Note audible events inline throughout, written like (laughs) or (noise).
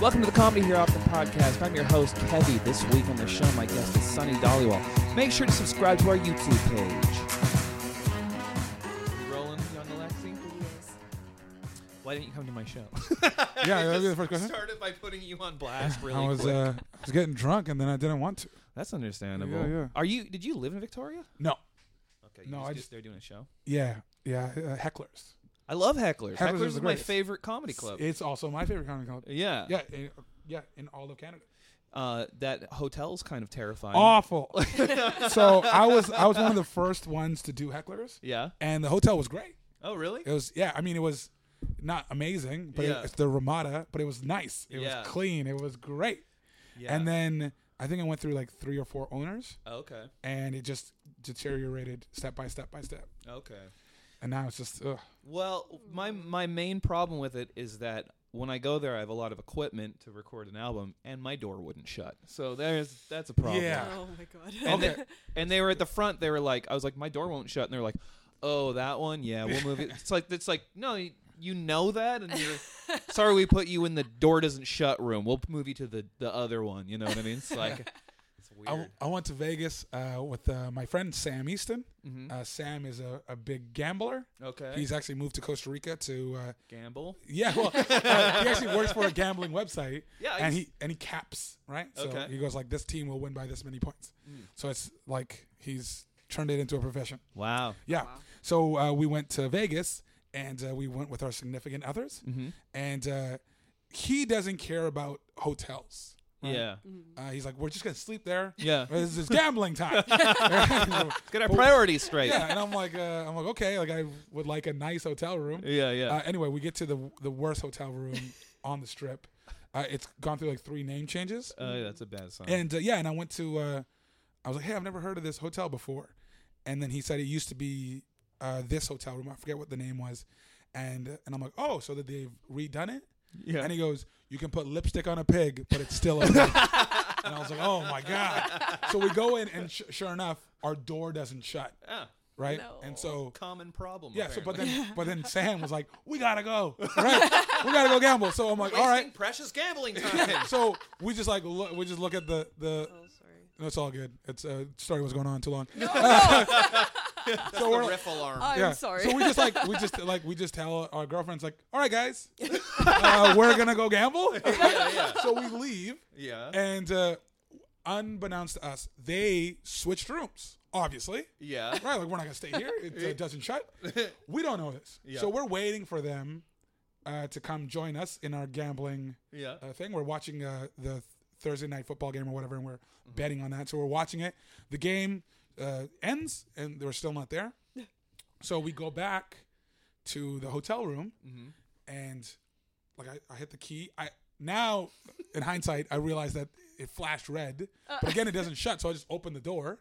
Welcome to the Comedy Here Often podcast. I'm your host, Kevy. This week on the show, my guest is Sunny Dollywall. Make sure to subscribe to our YouTube page. You rolling, young Alexi? Yes. Why didn't you come to my show? Yeah, (laughs) that I was the just first question. started by putting you on blast really I was quick. uh, I was getting drunk and then I didn't want to. That's understandable. Yeah, yeah. Are you? Did you live in Victoria? No. Okay. You No, just I get just- there doing a show. Yeah, yeah, uh, hecklers. I love hecklers. Hecklers Hecklers, is is the my greatest. favorite comedy club. It's also my favorite comedy club. yeah. Yeah, in, yeah, in all of Canada. Uh, that hotel's kind of terrifying. Awful. (laughs) so I was I was one of the first ones to do hecklers, Yeah. and the hotel was great. Oh, really? It was yeah, I mean it was not amazing, but Yeah. it, it's the Ramada, but it was nice. It Yeah. was clean. It was great. Yeah. And then I think I went through like three or four owners, Okay. and it just deteriorated step by step by step. Okay. And now it's just ugh. Well, my my main problem with it is that when I go there, I have a lot of equipment to record an album, and my door wouldn't shut. So there's that's a problem. Yeah. Oh my god. And, they, and they were at the front. They were like, I was like, my door won't shut, and they're like, Oh, that one, yeah, we'll move (laughs) it. It's like it's like no, you, you know that, and you're sorry we put you in the door doesn't shut room. We'll move you to the the other one. You know what I mean? It's (laughs) like it's I, weird. I went to Vegas uh, with uh, my friend Sam Easton. Mhm. Uh, Sam is a, a big gambler. Okay, He's actually moved to Costa Rica (laughs) to uh, gamble. yeah. Well, uh, he actually works for a gambling website. Yeah, and I- he and he caps right. So Okay. Mm. he goes like, "This team will win by this many points." So it's like he's turned it into a profession. Oh, Wow. Yeah. So uh, we went to Vegas and uh, we went with our significant others, Mm-hmm. and uh, he doesn't care about hotels. right? Yeah. Uh, he's like, "We're just gonna sleep there." Yeah. This is gambling time. Get our priorities straight. yeah, and I'm like, uh, I'm like, okay, like I would like a nice hotel room. Yeah, yeah. Uh, anyway, we get to the the worst hotel room on the strip. Uh, it's gone through like three name changes, Oh, yeah, that's a bad sign. and uh, yeah, and I went to, uh, I was like, hey, I've never heard of this hotel before, and then he said it used to be uh, this hotel room. I forget what the name was, and and I'm like, oh, so that they've redone it. yeah. (laughs) And he goes, "You can put lipstick on a pig, but it's still a pig." and I was like, "Oh my god!" So we go in, and sh- sure enough, our door doesn't shut, Ah, right? No. And so, common problem. yeah. So, but apparently. then, but then Sam was like, "We gotta go, right? We gotta go gamble." So I'm like, "All Wasting right." precious (laughs) gambling time. So we just like look, we just look at the the. Oh, sorry. (laughs) No, it's all good. It's uh, sorry, what's going on too long. (laughs) so the we're riff alarm. I'm yeah. sorry. So we just like we just like we just tell our girlfriends like, all (laughs) right guys, uh, we're gonna go gamble. yeah, yeah, so we leave, yeah, and uh, unbeknownst to us, they switched rooms. Obviously, (laughs) yeah. right? Like we're not gonna stay here. It uh, doesn't shut. We don't know this, Yeah. so we're waiting for them uh, to come join us in our gambling yeah. uh, thing. We're watching uh, the Thursday night football game or whatever, and we're betting on that. So we're watching it. The game uh, ends, and they're still not there. so we go back to the hotel room, and like I, I hit the key. I now, in hindsight, I realized that it flashed red, but again, it doesn't shut. So I just open the door.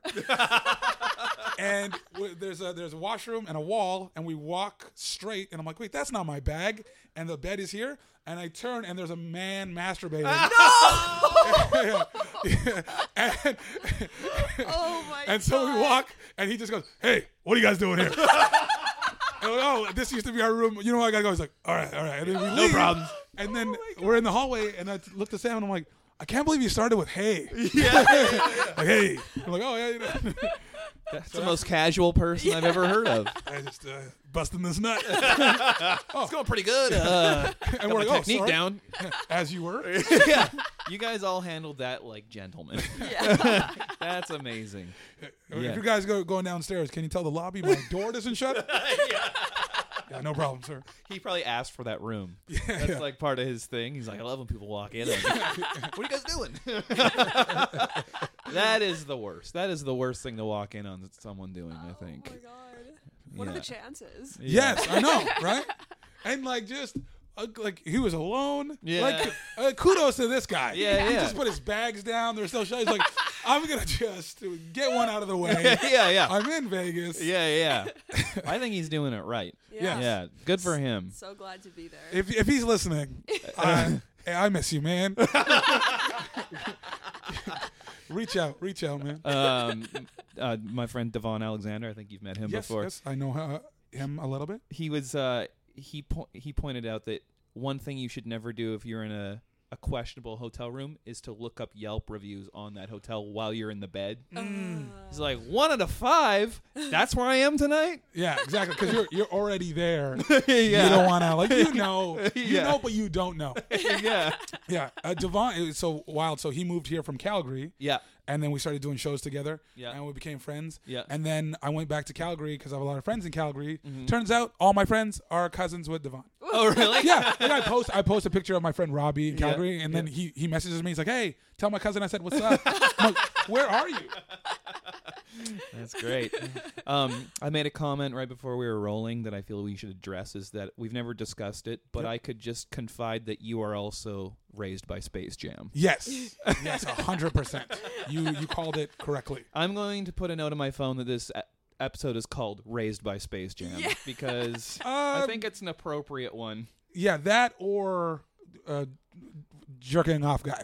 And w- there's a there's a washroom and a wall, and we walk straight. And I'm like, wait, that's not my bag. And the bed is here. And I turn, and there's a man masturbating. Yeah. Yeah. (laughs) And, oh my and so we walk, and he just goes, "Hey, what are you guys doing here?" (laughs) And we're like, oh, this used to be our room. You know what? I gotta go. He's like, "All right, all right." And then we No leave. problem. And Oh then we're in the hallway, and I look to Sam, and I'm like, "I can't believe you started with (laughs) hey." (laughs) like hey, I'm like, "Oh yeah." You know. That's the most casual person I've ever heard (laughs) of. I just uh, busting (laughs) this nut. It's going pretty (laughs) good. Uh, and got we're my like, oh, technique sorry. down. (laughs) As you were. (laughs) yeah. You guys all handled that like (laughs) gentlemen. (laughs) Oh That's amazing. Yeah. If you guys go going downstairs, can you tell the lobby my door doesn't shut? (laughs) yeah. yeah, no problem, sir. He probably asked for that room. That's (laughs) yeah. like part of his thing. He's like, I love when people walk in. (laughs) I'm like, (laughs) what are you guys doing? (laughs) that is the worst. That is the worst thing to walk in on someone doing. I think. Oh my god. What are Yeah. the chances? Yeah. Yes, I know, right? And like just uh, like he was alone. Yeah. Like uh, kudos to this guy. Yeah, He yeah. just put his bags down. There's no shut. (laughs) He's like, I'm gonna just get one out of the way. yeah, yeah. (laughs) I'm in Vegas. Yeah, (laughs) yeah. I think he's doing it right. Yes. Yeah, good for him. So glad to be there. If if he's (laughs) listening, uh, hey, I miss you, man. (laughs) reach out, reach out, man. Um, uh, my friend Devon Alexander, I think you've met him yes, before. yes, I know uh, him a little bit. He was uh, he po- he pointed out that one thing you should never do if you're in a a questionable hotel room is to look up Yelp reviews on that hotel while you're in the bed. (laughs) Uh, (laughs) He's like one out of five. That's where I am tonight. (laughs) Yeah, exactly. Because you're you're already there. (laughs) yeah, You don't want to (laughs) like you know you Yeah. know but you don't (laughs) know. (laughs) yeah, Yeah, uh, Devon is so wild. So he moved here from Calgary, yeah, and then we started doing shows together. Yeah. and we became friends. Yeah. and then I went back to Calgary because I have a lot of friends in Calgary. Turns out all my friends are cousins with (laughs) Devon. Oh really? yeah, and I post I post a picture of my friend Robbie in Calgary, and then he he messages me. He's like, "Hey, tell my cousin I said what's up." (laughs) I'm like, Where are you? That's great. um, I made a comment right before we were rolling that I feel we should address is that we've never discussed it, but I could just confide that you are also raised by Space Jam. (laughs) Yes, yes, hundred percent. You you called it correctly. I'm going to put a note on my phone that this e- episode is called "Raised by Space Jam" Yeah. because I Um, think it's an appropriate one. Yeah, that or uh, jerking off guy.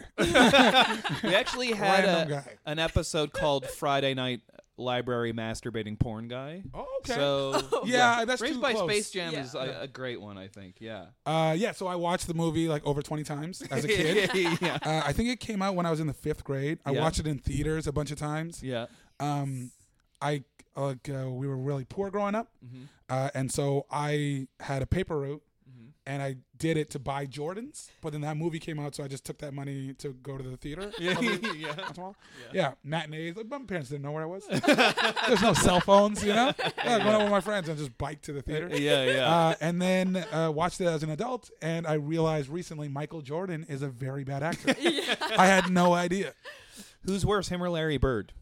We actually had Random a, guy. an episode called "Friday Night Library Masturbating Porn Guy." Oh, okay. So yeah, that's "Raised too by close. Space Jam" Yeah. is a, a great one, I think. Yeah, Uh, yeah, so I watched the movie like over 20 times (laughs) (laughs) as a kid. yeah, uh, I think it came out when I was in the fifth grade. I Yeah. watched it in theaters a bunch of times. yeah. Um, I like uh, we were really poor growing up, uh, and so I had a paper route, Mm-hmm. and I did it to buy Jordans. But then that movie came out, so I just took that money to go to the theater. (laughs) (laughs) Yeah, Probably yeah. once in a while. Yeah, matinees. Like, my parents didn't know where (laughs) I was. There's no cell phones, you know. Yeah, going out with my friends and just bike to the theater. yeah, yeah. Uh, and then uh, watched it as an adult, and I realized recently Michael Jordan is a very bad actor. (laughs) I had no idea. Who's worse, him or Larry Bird?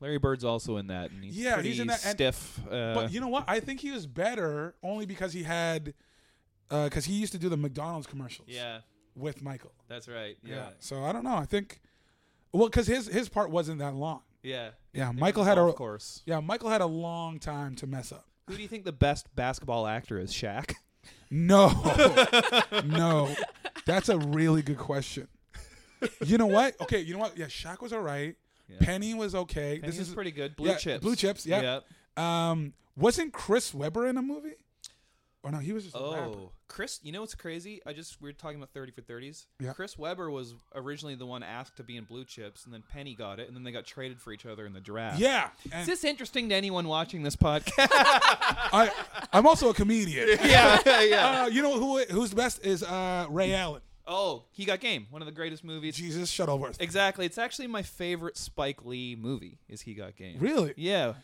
Larry Bird's also in that. And he's Yeah, pretty he's in that, and- stiff. Uh, But you know what? I think he was better only because he had, because he used to do the McDonald's commercials yeah, with Michael. that's right. So I don't know. I think, well, because his his part wasn't that long. yeah. Yeah, Michael had a Of course. yeah Michael had a long time to mess up. Who do you think the best basketball actor is? (laughs) Shaq. (laughs) No, no, that's a really good question. You know what? Okay, you know what? Yeah, Shaq was all right. Yeah. Penny was okay. This is pretty good. Blue yeah, chips. Blue chips. Yeah. Um, wasn't Chris Webber in a movie? Or no, he was just a rapper. Oh, Chris. You know what's crazy? I just we were talking about thirty for thirties. Yeah. Chris Webber was originally the one asked to be in Blue Chips, and then Penny got it, and then they got traded for each other in the draft. Yeah, Is (laughs) and this interesting to anyone watching this podcast? I, I'm also a comedian. (laughs) yeah, yeah. Uh, you know who who's the best is uh, Ray Allen. Oh, he got game. One of the greatest movies Jesus Shuttleworth. Exactly. It's actually my favorite Spike Lee movie. Is He Got Game? Really? Yeah.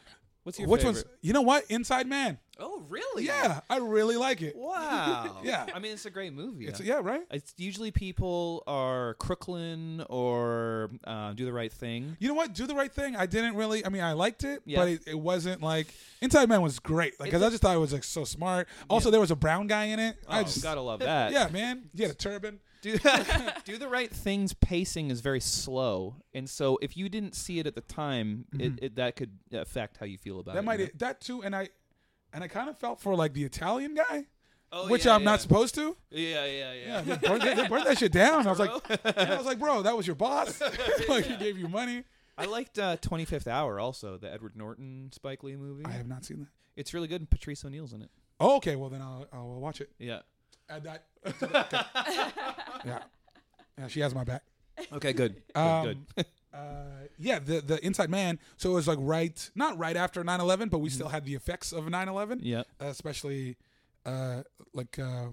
What's your Which favorite? one's? You know what? Inside Man. Oh, really? Yeah, I really like it. Wow. (laughs) Yeah. I mean, it's a great movie. It's yeah, right. It's usually people are Crooklyn or uh, Do the Right Thing. You know what? Do the right thing. I didn't really. I mean, I liked it, Yeah. but it, it wasn't like Inside Man was great. Like, cause It's a- I just thought it was like so smart. Also, there was a brown guy in it. Oh, I just gotta love that. (laughs) Yeah, man. He had a turban. Do, Do (laughs) the Right Thing's pacing is very slow, and so if you didn't see it at the time, it, it, that could affect how you feel about Mm-hmm. That it. might e you know? that too. And I and I kind of felt for like the Italian guy, Oh, which yeah, I'm yeah. not supposed to. Yeah, yeah, Yeah, yeah. (laughs) they burned, they burned that shit down. I was like, and I was like, bro, that was (laughs) your boss. (laughs) like he gave you money. I liked uh, 25th Hour also, the Edward Norton Spike Lee movie. I have not seen that. It's really good, and Patrice O'Neal's in it. Oh, okay, well then I'll, I'll watch it. Yeah. Add that. Okay. yeah, yeah, she has my back. Okay, good. Good, Um, Uh, yeah, the the Inside Man. So it was like right, not right after 9/11, but we still had the effects of 9/11, Mm-hmm. yeah. especially uh, like uh,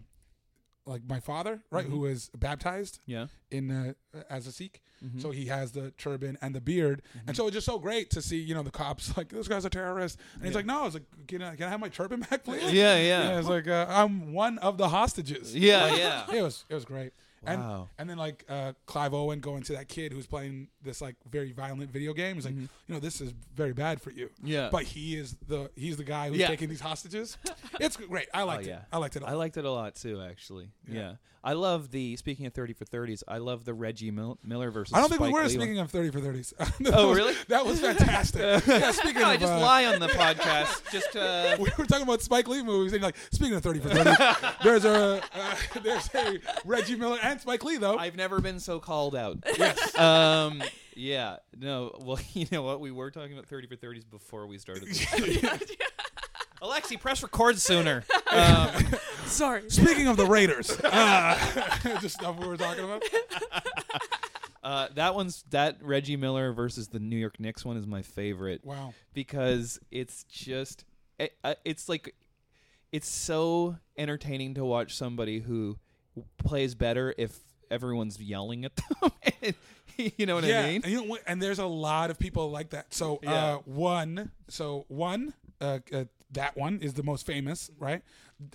like my father, right, Mm-hmm. who was baptized Yeah. in uh, as a Sikh. So Mm-hmm. he has the turban and the beard, and so it's just so great to see, you know, the cops (laughs) like this guy's a terrorist, and he's like, no, I was like, can I, can I have my turban back, please? (laughs) Yeah, And yeah. it's like uh, I'm one of the hostages. Yeah, yeah. (laughs) It was it was great. Wow. And and then like uh, Clive Owen going to that kid who's playing this like very violent video game. He's like, you know, this is very bad for you. Mm-hmm. Yeah. But he is the he's the guy who's Yeah. Oh, taking these (laughs) hostages. It's great. I liked yeah. it. I liked it. a I lot. liked it a lot too, actually. Yeah. I love the speaking of thirty for thirties. I love the Reggie Mil- Miller versus. I don't think we Spike were Lee speaking One. of thirty for thirties. (laughs) Oh, really? That (laughs) was fantastic. yeah, speaking No, I of, just uh, lie on the podcast. (laughs) Just uh, (laughs) we were talking about Spike Lee movies, and you're like speaking of thirty for thirty, (laughs) there's a uh, there's a Reggie Miller and Spike Lee though. I've never been so called out. (laughs) Yes. (laughs) Um. Yeah. (laughs) (laughs) No. Well, you know what? We were talking about thirty for thirties before we started. This. yeah. Alexi, press record sooner. Um, Sorry. Speaking of the Raiders, (laughs) uh, (laughs) just stuff we were talking about. uh, that one's that Reggie Miller versus the New York Knicks one is my favorite Wow. because it's just it, uh, it's like it's so entertaining to watch somebody who plays better if everyone's yelling at (laughs) them. you know what yeah, I mean? and you know what- and there's a lot of people like that. So Yeah. uh, one, so one, uh, uh, that one is the most famous, right?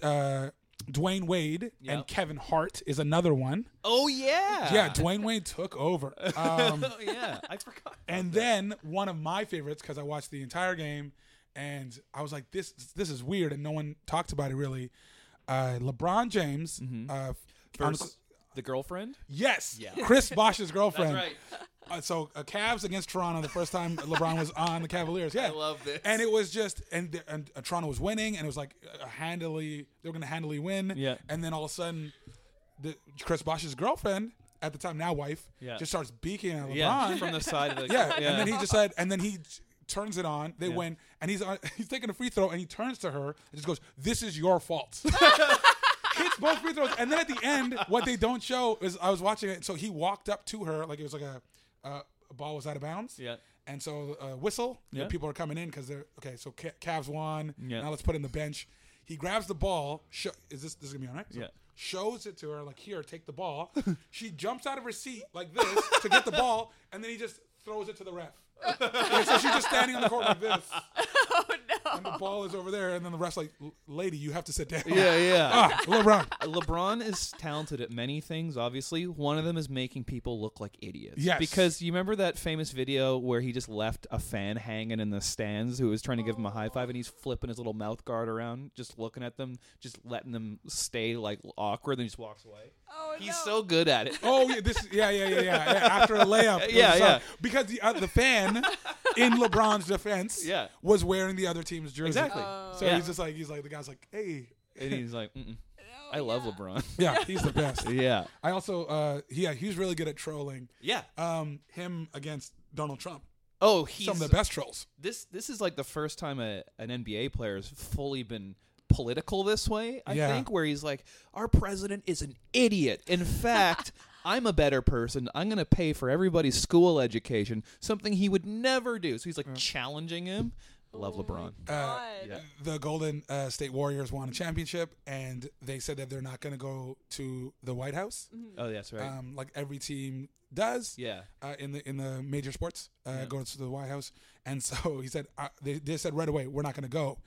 Uh, Dwayne Wade and Yep. Kevin Hart is (laughs) another one. Oh yeah. (laughs) Yeah, Dwayne Wade took over. Um, oh yeah. I forgot. and then one of my favorites because I watched the entire game, and I was like, this this is weird, and no one talked about it really. Uh, LeBron James, uh, on- Mm-hmm. First, the girlfriend. yes, Yeah. (laughs) Chris Bosh's girlfriend. That's right. Uh, so uh, Cavs against Toronto the first time (laughs) LeBron was on the Cavaliers. Yeah, I love this. And it was just and and uh, Toronto was winning, and it was like uh, handily they were going to handily win. Yeah. And then all of a sudden, the Chris Bosh's girlfriend at the time now wife Yeah. just starts beaking at LeBron. Yeah, from the side of the Yeah, and then he just said, and then he t- turns it on. They win, and he's on, (laughs) he's taking a free throw, and he turns to her and just goes, "This is your fault." Hits both free throws, and then at the end, what they don't show is I was watching it. So he walked up to her like it was like a, uh, a ball was out of bounds. (laughs) Yeah. And so uh, whistle, you know, Yeah. people are coming in because they're okay. So Ca- Cavs won. Yeah. Now let's put in the bench. He grabs the ball. Sho- is this this is gonna be on right? So Yeah. Shows it to her like here, take the ball. (laughs) she jumps out of her seat like this to get the ball, and then he just throws it to the ref. (laughs) and so she's just standing on the court like this, (laughs) Oh no. and the ball is over there, and then the ref's like, "L- "Lady, you have to sit down." yeah, yeah. (laughs) Ah, LeBron. LeBron is talented at many things, obviously. One of them is making people look like idiots. Yes. Because you remember that famous video where he just left a fan hanging in the stands who was trying to give him a high five and he's flipping his little mouth guard around, just looking at them, just letting them stay like awkward and he just walks away. Oh no. He's so good at it. Oh yeah, this yeah yeah yeah yeah. yeah. After a layup, it Yeah, was, uh, yeah. Because the uh, the fan, in LeBron's defense, Yeah. was wearing the other team's jersey. Exactly. Oh. So Yeah. he's just like he's like the guy's like, hey, and he's like, Mm-mm. Oh, I love yeah. LeBron. yeah, he's the best. yeah. I also uh yeah, he's really good at trolling. Yeah. Um, him against Donald Trump, Oh, he's some of the best trolls. this this is like the first time a, an NBA player has fully been political this way, I Yeah. think, where he's like, our president is an idiot. (laughs) In fact, I'm a better person. I'm going to pay for everybody's school education, something he would never do. So he's like challenging him. Love LeBron. Uh, God. Yeah. the Golden uh, State Warriors won a championship, and they said that they're not going to go to the White House, Oh, that's right. um, like every team does. yeah. uh, in the in the major sports uh, goes to the White House, and (laughs) so he said uh, they, they said right away we're not going to go,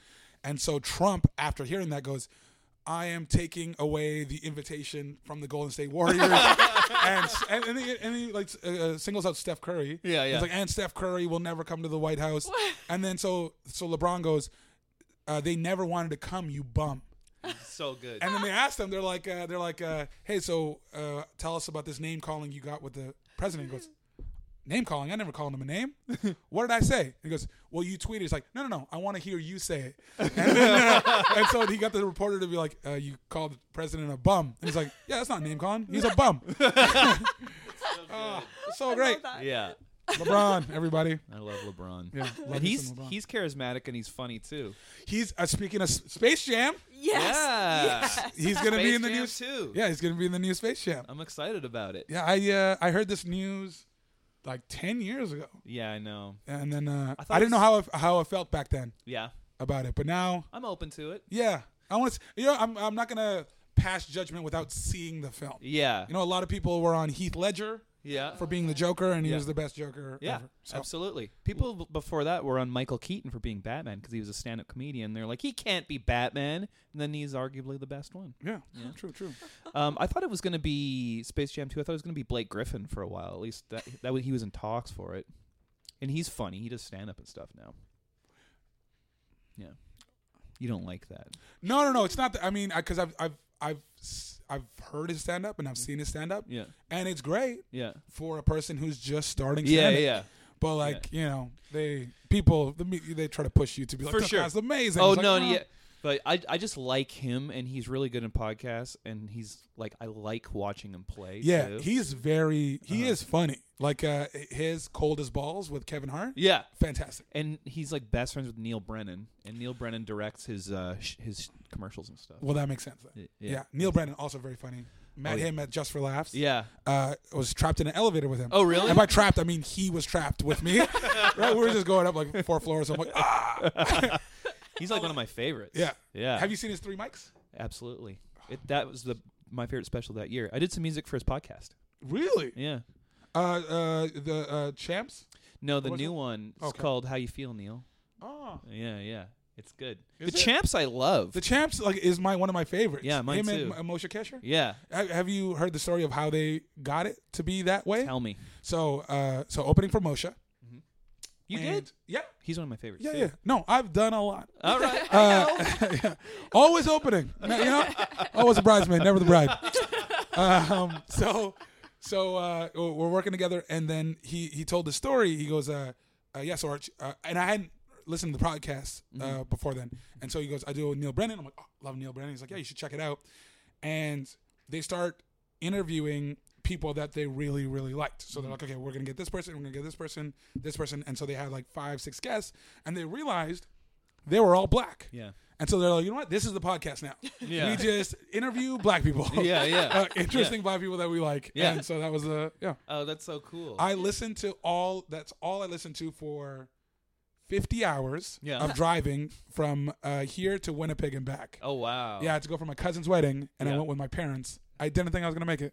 and so Trump after hearing that goes, I am taking away the invitation from the Golden (laughs) State Warriors, and and, and, he, and he like uh, uh, singles out Steph Curry, Yeah, yeah. he's like and Steph Curry will never come to the White House, and then so so LeBron goes, uh, they never wanted to come, you bum. (laughs) So good. Uh, And then they asked him, they're like, uh, they're like, uh, hey, so uh, tell us about this name calling you got with the president. He goes, name calling? I never called him a name. what did I say? He goes, well, you tweeted. He's like, no, no, no, I want to hear you say it. And, then, uh, and so he got the reporter to be like, uh, you called the president a bum. And he's like, yeah, that's not name calling. He's a bum. Ah, (laughs) so I great. love that. yeah. LeBron, everybody. I love LeBron. Yeah, And love me he's some LeBron. he's charismatic and he's funny too. he's uh, speaking of S- Space Jam. Yes. Yeah. (laughs) yes. He's gonna be Space in the Jam new. too. Yeah, he's gonna be in the new Space Jam. I'm excited about it. Yeah, I uh, I heard this news like ten years ago, Yeah, I know. and then uh, thought I, didn't it know how I, how I felt back then Yeah. about it, but now, I'm open to it. yeah, I want to. You know, I'm I'm not gonna pass judgment without seeing the film. Yeah. You know, a lot of people were on Heath Ledger Yeah. for being the Joker, and he Yeah. was the best Joker. yeah, ever. So, absolutely. People b- before that were on Michael Keaton for being Batman because he was a stand-up comedian. They're like, he can't be Batman, and then he's arguably the best (laughs) one. yeah, true, true. Um, I thought it was going to be Space Jam 2. I thought it was going to be Blake Griffin for a while. At least that that was, he was in talks for it, and he's funny. He does stand-up and stuff now. Yeah, you don't like that. No, no, no, it's not. That, I mean, because I've I've I've s- I've heard his stand up and Mm-hmm. I've seen his stand up, Yeah, and it's great yeah, for a person who's just starting. yeah, stand-up. yeah. But like you know, they people the me- they try to push you to be like For this sure. guy's amazing. Oh It's like, no, "Oh, yeah. But I, I just like him, and he's really good in podcasts, and he's like I like watching him play. Yeah, too. he's very he Uh-huh. is funny. Like uh his cold as balls with Kevin Hart. yeah, Fantastic. and he's like best friends with Neil Brennan, and Neil Brennan directs his uh sh- his commercials and stuff. Well, that makes sense. Then. Y- Yeah. yeah. Neil Brennan also very funny. Met Oh, yeah. him at Just for Laughs. Yeah. Uh, was trapped in an elevator with him. Oh, really? And by trapped, I mean he was trapped with (laughs) me. right? We were just going up like four floors. I'm like, ah, He's like one of my favorites. yeah. Yeah. Have you seen his three mics? Absolutely. It, that was the my favorite special that year. I did some music for his podcast. Really? Yeah. Uh, uh, the uh, champs. No, the What was new it? one is Okay. called "How You Feel, Neil." Oh, Yeah, yeah, it's good. Is the it? champs I love. the champs like is my one of my favorites. Yeah, mine him too. and uh, Moshe Kesher. yeah, Have, have you heard the story of how they got it to be that way? tell me. So, uh, so opening for Moshe. You and- did? Yeah, He's one of my favorites. yeah, too. yeah. No, I've done a lot. All right. (laughs) Uh, yeah. Always opening. No, you know, always a bridesmaid, never the bride. Um, so, so uh, we're we're working together, and then he he told the story. He goes, uh, uh, "Yes, Arch," uh, and I hadn't listened to the podcast uh, before then, and so he goes, "I do it with Neil Brennan." I'm like, oh, "Love Neil Brennan." He's like, "Yeah, you should check it out," and they start interviewing people that they really really liked so they're like okay we're gonna get this person we're gonna get this person this person and so they had like five six guests and they realized they were all black (laughs) yeah. and so they're like, you know what? This is the podcast now. Yeah. We just interview black people. (laughs) Yeah, yeah. (laughs) Uh, interesting black people that we like. Yeah. And so that was the yeah. Oh, that's so cool. I listened to all that's all I listened to for 50 hours Yeah. of driving from uh, here to Winnipeg and back. oh wow. (laughs) Yeah, I had to go for my cousin's wedding and I Yeah. went with my parents. I didn't think I was going to make it.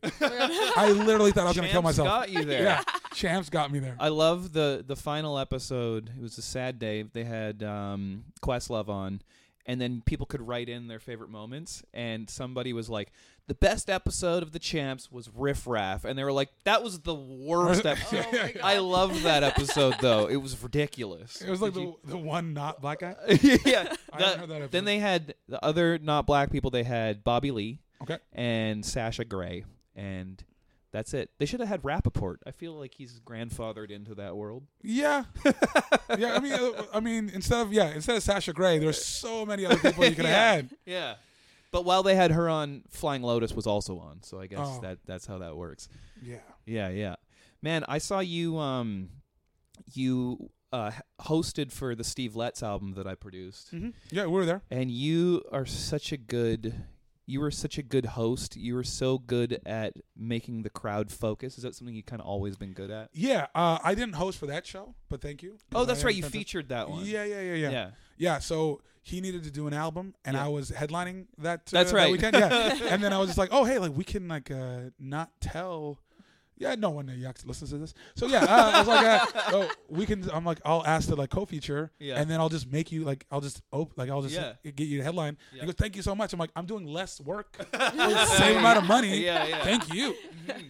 I literally thought I was going to kill Champs myself. Got you there. yeah. Champs got me there. I love the the final episode. It was a sad day. They had um, Questlove on, and then people could write in their favorite moments. And somebody was like, "The best episode of the Champs was Riff Raff," and they were like, "That was the (laughs) worst episode." Oh my God. I love that episode though. It was ridiculous. it was like Did the, the one not black guy. you- (laughs) yeah. I that- haven't heard that episode. then they had the other not black people. They had Bobby Lee Okay. and Sasha Grey, and that's it. They should have had Rappaport. I feel like he's grandfathered into that world. Yeah, yeah. I mean, uh, I mean, instead of yeah, instead of Sasha Grey, there's so many other people you could have (laughs) Yeah. had. Yeah. But while they had her on, Flying Lotus was also on. So I guess Oh. that that's how that works. Yeah, Yeah, yeah. Man, I saw you um you uh h- hosted for the Steve Letts album that I produced. hmm yeah, we were there. And you are such a good you were such a good host. You were so good at making the crowd focus. Is that something you kind of always been good at? Yeah, uh, I didn't host for that show, but thank you. Oh, that's I right. am You fantastic. featured that one. Yeah, yeah, yeah, yeah, yeah. Yeah. So he needed to do an album, and Yeah. I was headlining that. Uh, That's that right. weekend. (laughs) Yeah, and then I was just like, oh hey, like we can like uh, not tell. Yeah, no one uh, listens to this. So yeah, uh, I was like, (laughs) uh, oh, we can. I'm like, I'll ask to like co-feature, Yeah. and then I'll just make you like, I'll just op- like I'll just Yeah. get you the headline. Yeah. He goes, thank you so much. I'm like, I'm doing (laughs) less work, for the same amount of money. Yeah, yeah. (laughs) Thank you.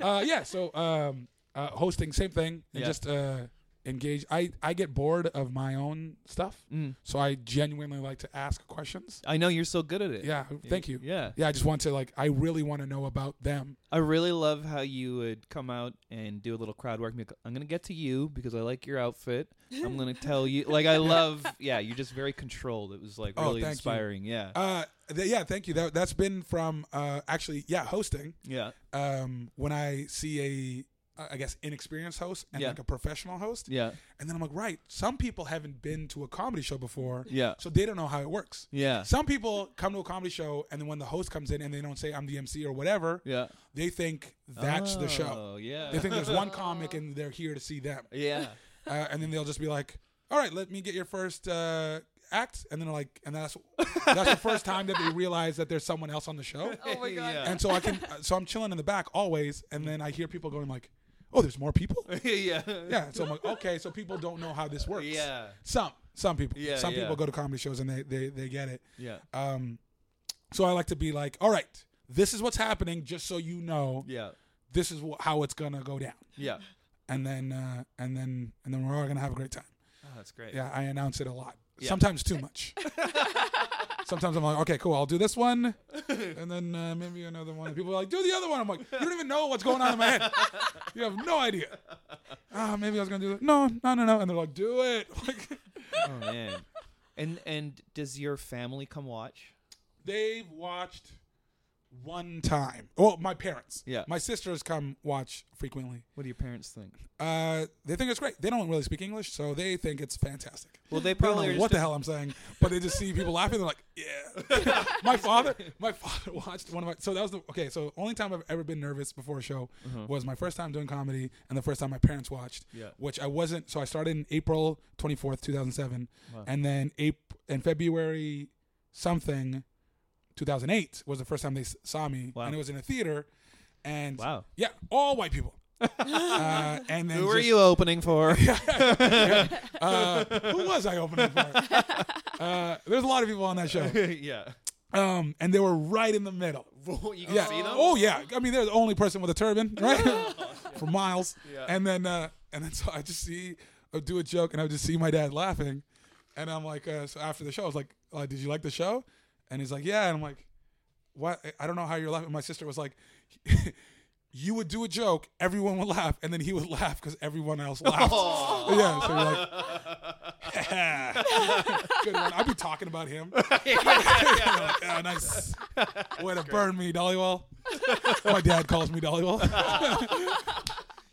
Uh, yeah. So um, uh, hosting, same thing. And Yeah. Just uh, engage. I I get bored of my own stuff, Mm. so I genuinely like to ask questions. I know you're so good at it. Yeah. Thank you. Yeah. Yeah, I just want to like, I really want to know about them. I really love how you would come out and do a little crowd work. and be like, I'm gonna get to you because I like your outfit. I'm (laughs) gonna tell you, like I love. Yeah, you're just very controlled. It was like Oh, really thank you. inspiring. Yeah, Uh, th- yeah, thank you. That that's been from uh, actually, yeah, hosting. yeah, Um, when I see a, uh, I guess, inexperienced host and Yeah. like a professional host, yeah, and then I'm like, right, some people haven't been to a comedy show before, yeah, so they don't know how it works. yeah, Some people come to a comedy show, and then when the host comes in and they don't say I'm the MC or whatever, yeah. they think that's the show. Oh, Yeah, They think (laughs) there's one comic and they're here to see them, yeah, uh, and then they'll just be like, "All right, let me get your first uh, act," and then they're like, and that's that's the first time that they realize that there's someone else on the show. (laughs) Oh my God. Yeah. And so I can, so I'm chilling in the back always, and then I hear people going like, "Oh, there's more people." (laughs) yeah, Yeah, so I'm like, okay, so people don't know how this works. yeah, Some some people. Yeah, some yeah. people go to comedy shows and they, they they get it. yeah, Um so I like to be like, all right, this is what's happening just so you know yeah, this is wh- how it's going to go down. yeah. And then uh and then and then we're all going to have a great time. Oh, that's great. Yeah, I announce it a lot. Yeah. Sometimes too much. (laughs) Sometimes I'm like, okay, cool, I'll do this one, and then uh, maybe another one. And people are like, do the other one. I'm like, you don't even know what's going on in my head. You have no idea. Ah, maybe I was gonna do that. No, no, no, no. And they're like, do it. (laughs) Like, Oh man. And and does your family come watch? They've watched one time. Well, my parents. Yeah. My sisters come watch frequently. What do your parents think? Uh, they think it's great. They don't really speak English, so they think it's fantastic. Well, they They don't probably know are what just- the hell I'm saying, but they just see people laughing. They're like, "Yeah." (laughs) my father, my father (laughs) watched one of my. So that was the okay. So only time I've ever been nervous before a show Uh-huh. was my first time doing comedy and the first time my parents watched. (laughs) Yeah. Which I wasn't. So I started in April 24th, 2007, and then April and February something, 2008 was the first time they s- saw me, Wow. and it was in a theater, and Wow. yeah, all white people. (laughs) uh, and then Who are just- you opening (laughs) for? uh, who was I opening for? uh, there's a lot of people on (laughs) that show, (laughs) yeah. um, and they were right in the middle. you can Yeah. see them. Oh yeah. I mean, they're the only person with a turban, (laughs) right? (laughs) For miles. Yeah. And then, uh, and then so I just see, I do a joke, and I just see my dad laughing, and I'm like, uh, so after the show, I was like, uh, did you like the show? And he's like, yeah. And I'm like, what? I don't know how you're laughing. My sister was like. (laughs) You would do a joke, everyone would laugh, and then he would laugh because everyone else laughed. Yeah, so you're like, (laughs) Good one. I'd be talking about him. (laughs) Yeah, nice. Way to burn me, Dollywall. (laughs) My dad calls me Dollywall.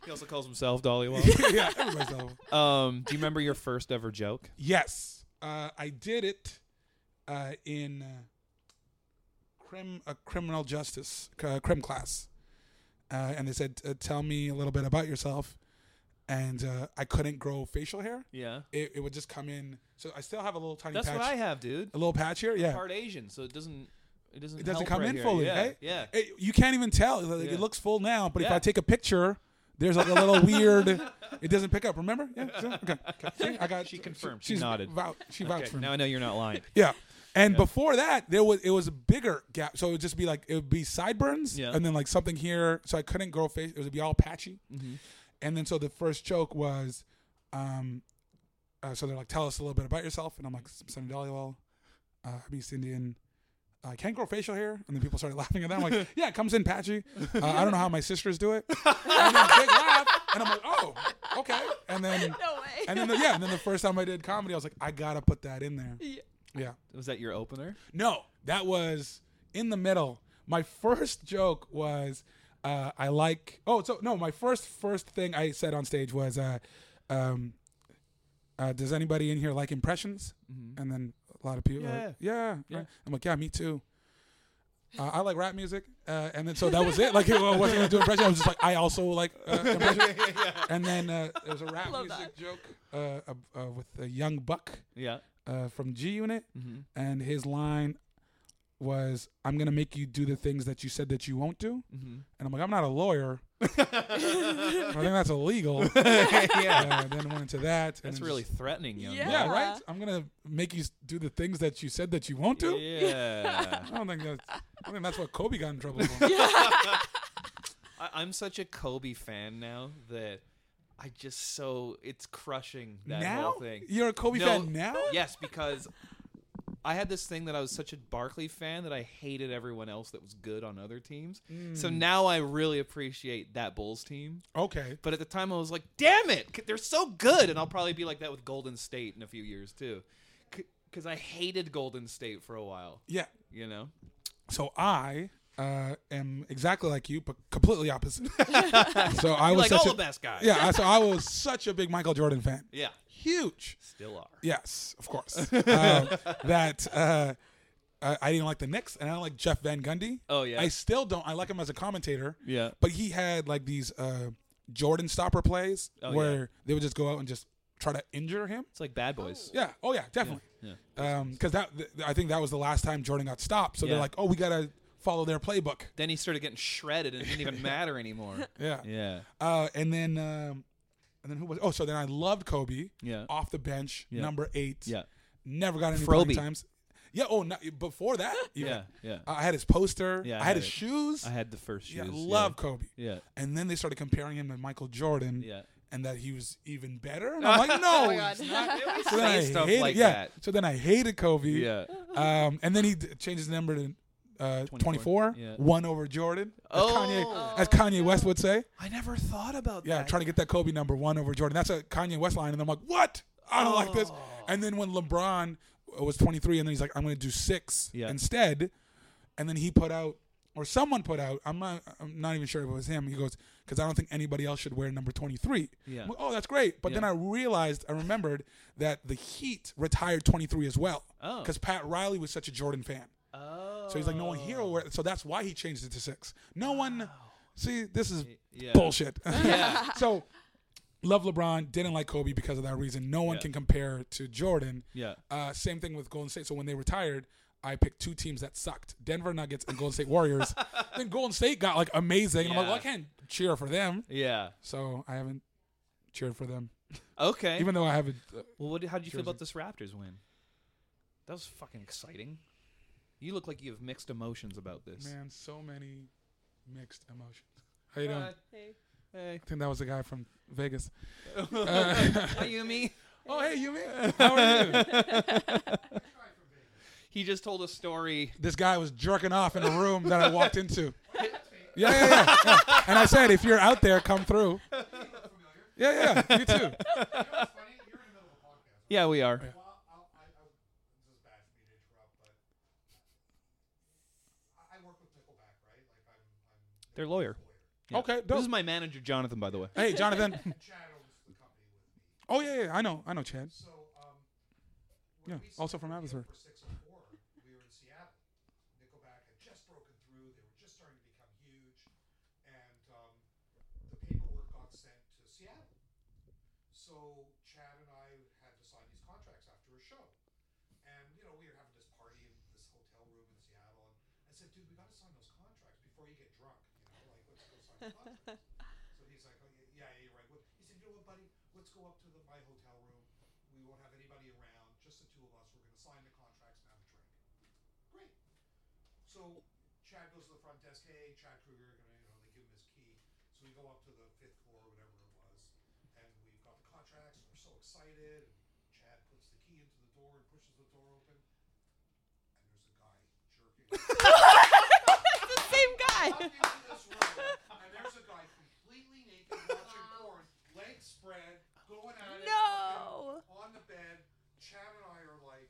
He also calls himself Dolly (laughs) Wall. yeah, everybody's Dollywall. um, do you remember your first ever joke? (laughs) Yes, uh, I did it uh, in uh, crim a criminal justice uh, crim class, uh, and they said, uh, "Tell me a little bit about yourself." And uh, I couldn't grow facial hair; Yeah. it, it would just come in. So I still have a little tiny That's patch, what I have, dude. a little patch here. Yeah, Part Asian, so it doesn't. It doesn't. It doesn't help come right in here. fully, yeah. right? Yeah. It- you can't even tell. Like, Yeah. It looks full now, but if Yeah. I take a picture, there's like a (laughs) little weird. It doesn't pick up. Remember? Yeah. so- Okay. okay. See, I got. She confirmed. She she's nodded. vou- she vouched Okay, for me. now I know you're not (laughs) lying. yeah. And before that, there was it was a bigger gap. So it would just be like it would be sideburns, Yeah. and then like something here. So I couldn't grow face. It would be all patchy. And then so the first joke was, um, uh, so they're like, "Tell us a little bit about yourself," and I'm like, "I'm Sonny Dollywell. Uh, I'm East Indian. I can't grow facial hair." And then people started (laughs) laughing at that. I'm like, "Yeah, it comes in patchy. Uh, I don't know how my sisters do it." (laughs) And then big laugh, and I'm like, "Oh, okay." And then. No (laughs) way. And then the, yeah, and then the first time I did comedy, I was like, I gotta put that in there. Yeah. Yeah. Was that your opener? No, that was in the middle. My first joke was uh, I like. Oh, so no, my first first thing I said on stage was, uh, um, uh, "Does anybody in here like impressions?" Mm-hmm. And then a lot of people, yeah, Yeah. like, yeah. Yeah. I'm like, yeah, me too. Uh, I like rap music, uh, and then so that was it. Like, (laughs) it wasn't gonna do impression. I was just like, I also like (laughs) uh, impression. And then uh, there was a rap Love music joke uh, uh, uh, with a young buck Yeah. uh, from G Unit, Mhm. and his line was, "I'm gonna make you do the things that you said that you won't do." Mm-hmm. And I'm like, "I'm not (laughs) a lawyer. I think that's illegal." yeah. Uh, then went into that. and That's then really just- threatening, young Yeah. man. yeah, right. I'm gonna make you s- do the things that you said that you won't do. (laughs) Yeah. I don't think that's. I think that's what Kobe got (laughs) in trouble for. I, I'm such a Kobe fan now that I just so it's crushing that now whole thing. you're a Kobe No. fan now. Yes, because I had this thing that I was such a Barkley fan that I hated everyone else that was good on other teams. So Mm. now I really appreciate that Bulls team. Okay. But at the time, I was like, "Damn it, c- they're so good!" And I'll probably be like that with Golden State in a few years too, because I hated Golden State for a while. Yeah. You know? So I. Uh, am exactly like you, but completely (laughs) opposite. so I You're like was such all a, the best guys. yeah. I- So I was such a big Michael Jordan fan. yeah, Huge. still are. Yes, Oh. of course. um, that uh, I, I didn't like the Knicks, and I don't like Jeff Van Gundy. Oh, yeah. I still don't. I like him as a commentator. Yeah. But he had like these uh, Jordan stopper plays Oh, where they would just go out and just try to injure him. It's like Bad Boys. Yeah. Oh yeah, definitely. Yeah. Because that th- I think that was the last time Jordan got stopped. So Yeah. they're like, oh, we gotta follow their playbook. Then he started getting shredded and it didn't (laughs) even matter anymore. Yeah. Yeah. Uh, and then um, and then who was? Oh, so then I loved Kobe. (laughs) Yeah. Off the bench, Yeah. number eight. Yeah. Never got any Frobe. playing times. Yeah. Oh, no, (laughs) before that. even. Yeah. Yeah. I had his poster. Yeah, I, had his shoes. I had the first shoes. yeah, love Kobe. Yeah. And then they started comparing him to Michael Jordan. Yeah. And that he was even better. And (laughs) I'm like, no. he's not. They always So then I say stuff hated, like yeah. that. So then I hated Kobe. Yeah. Um, and then he d- changed his number to uh, 24, 24, yeah. one over Jordan. As Oh. Kanye, as Kanye West would say. I never thought about Yeah, that. trying to get that Kobe Oh. number one over Jordan. That's a Kanye West line, and I'm like, what? I don't like this. And then when LeBron was 23, and then he's like, I'm going to do six Yeah. instead. And then he put out, or someone put out, I'm not, I'm not even sure if it was him. He goes, because I don't think anybody else should wear number 23. Yeah. I'm like, oh, that's great. But then Yeah. I realized, I remembered that the Heat retired 23 as well. Oh. Because Pat Riley was such a Jordan fan. Oh. So he's like, no one here will wear So that's why he changed it to six. No one. See, this is Ah. Yeah. bullshit. (laughs) (laughs) Yeah. so love LeBron, didn't like Kobe because of that reason. No one Yeah. can compare to Jordan. Yeah. Uh, same thing with Golden State. So when they retired, I picked two teams that sucked: Denver Nuggets and Golden (laughs) State Warriors. then Golden State got like amazing, and I'm like, Yeah. well, I can't cheer for them, Yeah. so I haven't cheered for them, Okay. even though I uh, haven't. well, what, how did you feel Jersey. about this Raptors win? That was fucking exciting. You look like you have mixed emotions about this. man, so many mixed emotions. How you doing? Uh, Hey. hey. I think that was the guy from Vegas. Hi, Yumi. (laughs) Oh, hey, you man. How are you? He just told a story. this guy was jerking off in a room that I walked into. Yeah, yeah, yeah, yeah. And I said, if you're out there, come through. Yeah, yeah, you too. Yeah, we are. They're lawyer. Yeah. Okay, This dope. is my manager, Jonathan, by the way. Hey, Jonathan. Chad owns the company with me. Oh yeah, yeah, I know, I know, Chad. So, um, Yeah, when we also started from working Abbotsford. For 604, we were in Seattle. Nickelback had just broken through. They were just starting to become huge. And um, the paperwork got sent to Seattle. So Chad and I had to sign these contracts after a show. And, you know, we were having this party in this hotel room in Seattle. And I said, dude, we got to sign those contracts before you get drunk. You know, like, let's go sign (laughs) the contracts. So he's like, oh, yeah, yeah, you're right. What- He said, you know what, buddy? Let's go up to the, my hotel room. We won't have anybody around, just the two of us. We're going to sign the contracts and have a drink. Great. So Chad goes to the front desk. Hey, Chad Kruger, gonna, you know, they give him his key. So we go up to the fifth floor, whatever it was, and we've got the contracts. We're so excited. And Chad puts the key into the door and pushes the door open, and there's a guy jerking. the (laughs) same Up (laughs) guy. into this room, and there's a guy completely naked watching porn, legs spread, going at it. fucking No. On the bed, Chad and I are like,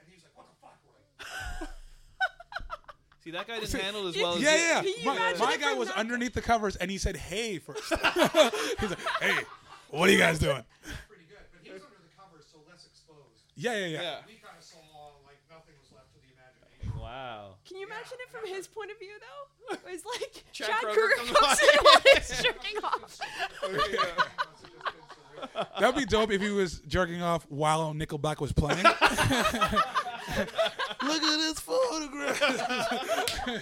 and he's like, "What the fuck?" We're like, See, that guy (laughs) didn't handle it as You- well as Oh, you- Yeah, Can yeah. you My, imagine my if guy I'm was not- underneath the covers and he said, "Hey," first. he's like, "Hey, what are you guys doing?" "That's pretty good," but he was under the covers, so less exposed. Yeah, yeah, yeah. Yeah. We kind of saw like nothing was left to the imagination. Wow. Can you Yeah. imagine it from his point of view though? It was like Chad Chad, Kroeger Kruger comes comes, on. in while he's jerking off. That'd be dope if he was jerking off while Nickelback was playing. Look at this photograph. (laughs) By the time we got back out to the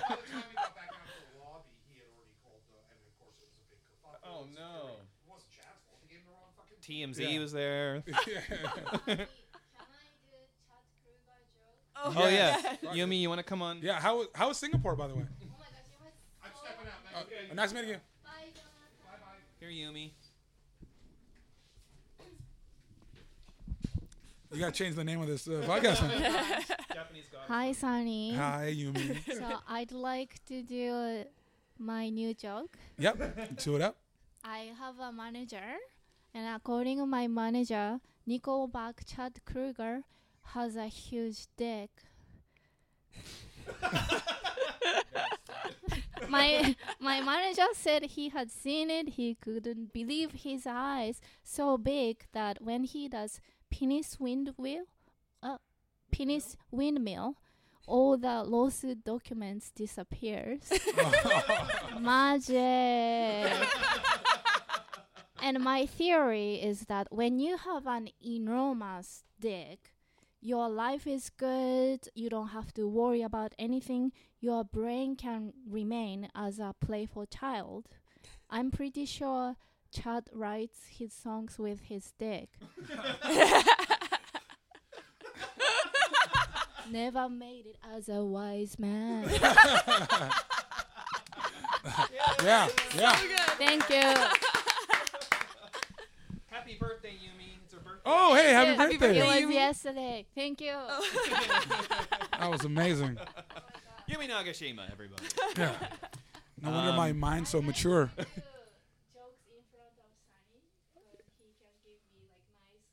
lobby, he had already called the, and of course it was a big kerfuffle. Oh, It was no. very- It wasn't Chad's fault. He gave him the wrong fucking. TMZ Yeah. was there. Can I do Chad Kruger joke? Oh yeah, God. Yumi, you want to come on? yeah, how how is Singapore by the way? Oh my gosh, it was I'm so stepping out, man. Uh, nice meeting you. Bye, Jonathan. Bye bye. Here, Yumi. You gotta change the name of this uh, podcast. Oh (laughs) now. Japanese guy. Hi, Sunny. Hi, Yumi. So I'd like to do uh, my new joke. Yep, two it up. I have a manager, and according to my manager, Nickelback Chad Kruger has a huge dick. (laughs) my my manager said he had seen it. He couldn't believe his eyes, so big that when he does penis windmill, uh, penis windmill, all the lawsuit documents disappears. Magic. and my theory is that when you have an enormous dick, your life is good. You don't have to worry about anything. Your brain can remain as a playful child. I'm pretty sure Chad writes his songs with his (laughs) dick. Never made it as a wise man. Yeah, (laughs) yeah. Thank you. Happy birthday, Yumi. It's her birthday. Oh, hey, happy, Happy birthday. It was birthday. Yumi. yesterday. Oh. Thank you. That was amazing. Yumi Nagashima, everybody. Yeah. No wonder my Um, mind's so (laughs) mature.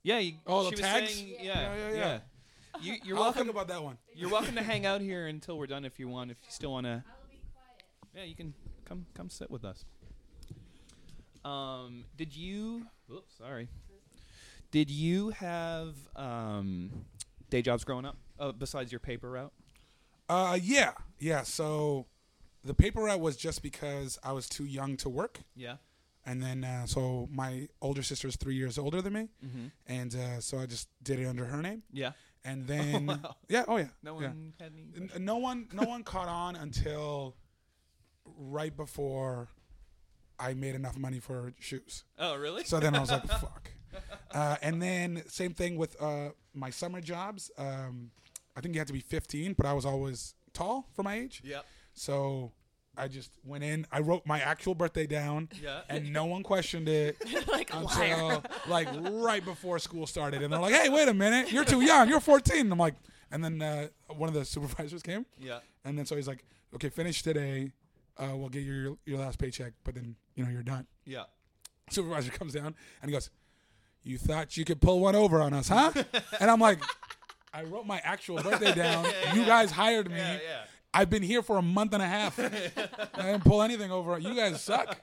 Yeah. You, Oh, the she was tags? saying- Yeah. yeah, Oh, Yeah, yeah, yeah. You, you're I'll welcome. Think about that one. You're welcome to hang out here until we're done if you want. If you still want to, yeah, you can come come sit with us. Um, did you? Oops, sorry. Did you have um, day jobs growing up uh, besides your paper route? Uh, yeah, yeah. So the paper route was just because I was too young to work, Yeah. and then uh, so my older sister's three years older than me, Mm-hmm. and uh, so I just did it under her name, Yeah. (laughs) and then Oh, Wow. yeah, oh yeah, No yeah. one had any. N- uh, no one no one caught on until right before I made enough money for shoes. Oh, really? So then I was like, (laughs) fuck. Uh, and then same thing with uh, my summer jobs. Um, I think you had to be 15, but I was always tall for my age. Yep. So I just went in. I wrote my actual birthday down, Yeah. and no one questioned it like (laughs) a liar. until like right before school started. And they're like, hey, wait a minute. You're too young. You're 14. And I'm like, and then uh, one of the supervisors came. yeah. And then so he's like, okay, finish today. Uh, we'll get your your last paycheck, but then you know you're done. (laughs) Yeah. Supervisor comes down and he goes, "You thought you could pull one over on (laughs) us, huh?" and I'm like, "I wrote my actual birthday down. you guys hired me. Yeah. Yeah. I've been here for a month and a (laughs) half. I didn't pull anything over. You guys suck."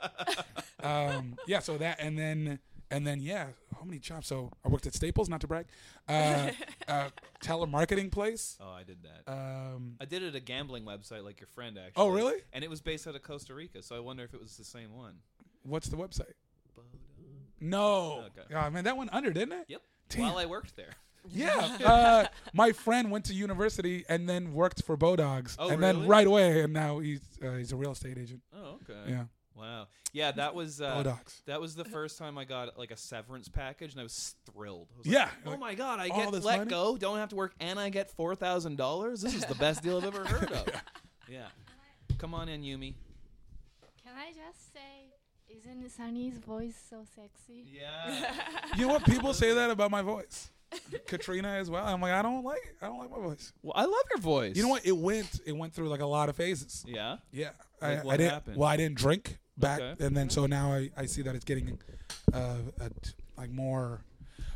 um, yeah. So that and then and then yeah, how many jobs? So I worked at Staples, not to brag. (laughs) Uh, uh, telemarketing place. Oh, I did that. Um, I did it at a gambling website like your friend actually. Oh, really? And it was based out of Costa Rica, so I wonder if it was the same one. what's the website? No. Okay. Oh, man, that went under, didn't it? Yep. Damn. While I worked there. (laughs) Yeah. uh, my friend went to university and then worked for Bodogs. Oh, and then really? right away, and now he's uh, he's a real estate agent. Oh, okay. Yeah. Wow. Yeah, (laughs) that was uh, Bodogs. that was the first time I got like a severance package, and I was thrilled. I was Yeah. Like, oh my god, I all get this let money? go, don't have to work, and I get four thousand dollars. This is the best deal I've ever heard (laughs) of. yeah. Come on in, (laughs) Yumi. Can I just say, isn't Sunny's voice so sexy? Yeah. You know what? People say that about my voice. Katrina as well. I'm like, I don't like, I don't like my voice. well, I love your voice. You know what? It went, it went through like a lot of phases. Yeah. Yeah. Like, I, what I didn't, happened? Well, I didn't drink back, Okay. and then so now I, I see that it's getting, uh, a t- like more.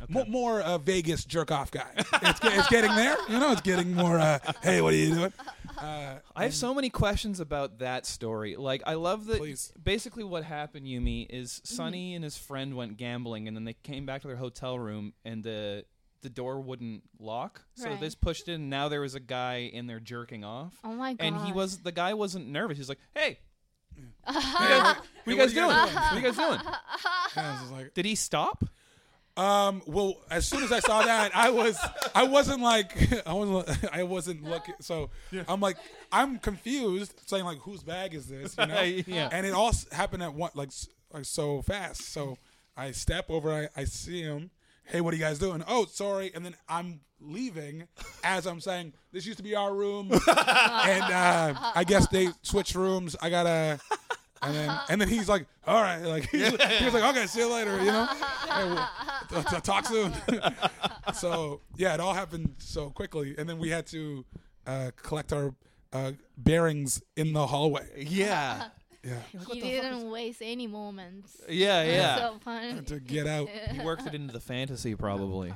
More, more uh, Vegas jerk off guy. It's, ge- it's getting there. You know, it's getting more. Uh, hey, what are you doing? Uh, I have so many questions about that story. Like, I love that. Please. Basically, what happened, Yumi, is Mm-hmm. Sonny and his friend went gambling, and then they came back to their hotel room, and the the door wouldn't lock, so Right. this pushed in. And now there was a guy in there jerking off, Oh my god. and he was the guy wasn't nervous. He's like, (laughs) "Hey, what Hey, are you guys what doing? are What are you guys (laughs) doing?" And I was just like, Did he stop? um, well, as soon as I saw that, I was, I wasn't like, (laughs) I wasn't, I wasn't looking. So I'm like, I'm confused, saying like, whose bag is this? You know? Yeah. And it all s- happened at one, like, s- like so fast. So I step over, I, I see him. Hey, what are you guys doing? Oh, sorry. And then I'm leaving as I'm saying, this used to be our room, and uh, I guess they switched rooms. I gotta. And then, and then he's like, "All right," like (laughs) he's, he was like, "Okay, see you later," you know. T- t- talk soon. (laughs) so yeah, it all happened so quickly, and then we had to uh, collect our uh, bearings in the hallway. (laughs) Yeah. Yeah, You (laughs) didn't waste any moments. Uh, Yeah. Yeah. So fun. to get out. he worked it into the fantasy, (laughs) probably.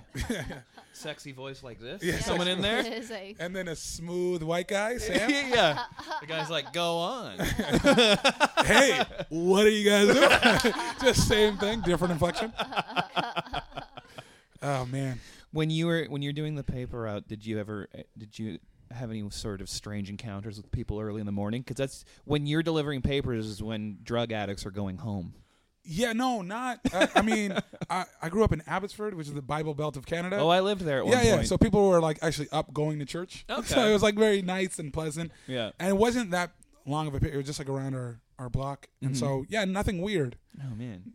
Sexy voice like this. Yeah. Someone in (laughs) there. It's like, And then a smooth white (laughs) guy, Sam. yeah. The guy's like, "Go on." hey, what are you guys doing? (laughs) Just same thing, different inflection. (laughs) oh man, (laughs) when you were when you're doing the paper route, did you ever eh, did you have any sort of strange encounters with people early in the morning? Because that's when you're delivering papers is when drug addicts are going home. yeah, no, not. Uh, I mean, I, I grew up in Abbotsford, which is the Bible Belt of Canada. (laughs) Oh, I lived there at yeah, one yeah. point. So people were like actually up going to church. (laughs) So Okay. it was like very nice and pleasant. Yeah. And it wasn't that long of a period. It was just like around our, our block. Mm-hmm. And so, yeah, nothing weird. oh man,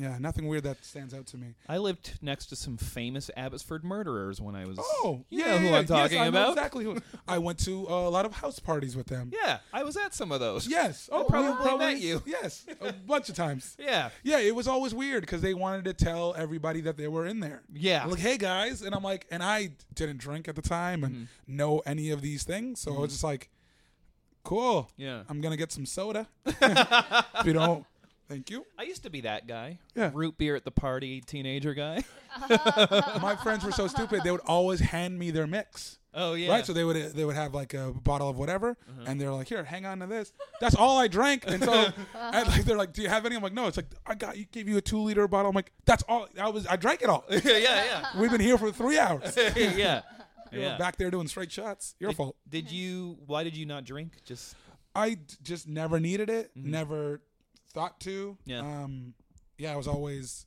Yeah, nothing weird that stands out to me. I lived next to some famous Abbotsford murderers when I was. Oh, you yeah. know who yeah, I'm yes, talking I know about. exactly who. I went to uh, a lot of house parties with them. Yeah, I was at some of those. Yes. Oh, we probably probably met you. (laughs) Yes, a bunch of times. yeah, Yeah, it was always weird because they wanted to tell everybody that they were in there. yeah. I'm like, hey guys, and I'm like, and I didn't drink at the time and Mm-hmm. know any of these things, so I was just like, cool. Yeah. (laughs) I'm gonna get some soda. (laughs) if you don't, Thank you. I used to be that guy. Yeah. Root beer at the party, teenager guy. (laughs) My friends were so stupid; they would always hand me their mix. Oh yeah. Mm-hmm. Right, so they would they would have like a bottle of whatever, and they're like, "Here, hang on to this." That's all I drank, and so and like they're like, "Do you have any?" I'm like, "No." It's like I got you gave you a two liter bottle. I'm like, "That's all I was. I drank it all. (laughs) (laughs) yeah, We've been here for three hours. (laughs) yeah, yeah. You were yeah. back there doing straight shots. Your did, fault. Did you? Why did you not drink? Just I d- just never needed it, never thought to. Mm-hmm. Yeah. Um, yeah, I was always,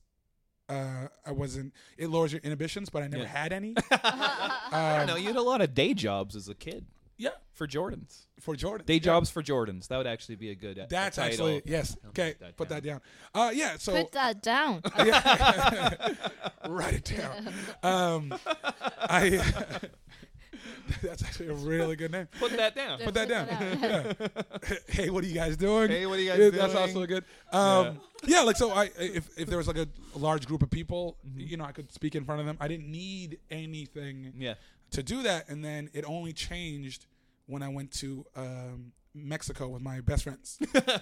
uh, I wasn't, it lowers your inhibitions, but I never Yeah. had any. (laughs) I don't know. You had a lot of day jobs as a kid Um, yeah. for Jordans. For Jordan. Day Yeah. jobs for Jordans. That would actually be a good. uh, That's title. actually, yes. Okay. that Put that down. Uh, yeah. So (laughs) Put (laughs) that down. write it down. Um, I, (laughs) that's actually a really good name. Put that down. Put that down. (laughs) Yeah. hey, what are you guys doing? Hey, what are you guys Yeah, That's doing? also good. Um, yeah. like so, I if if there was like a, a large group of people, Mm-hmm. you know, I could speak in front of them. I didn't need anything (laughs) Yeah. (laughs) to do that, and then it only changed when I went to um, Mexico with my best friends,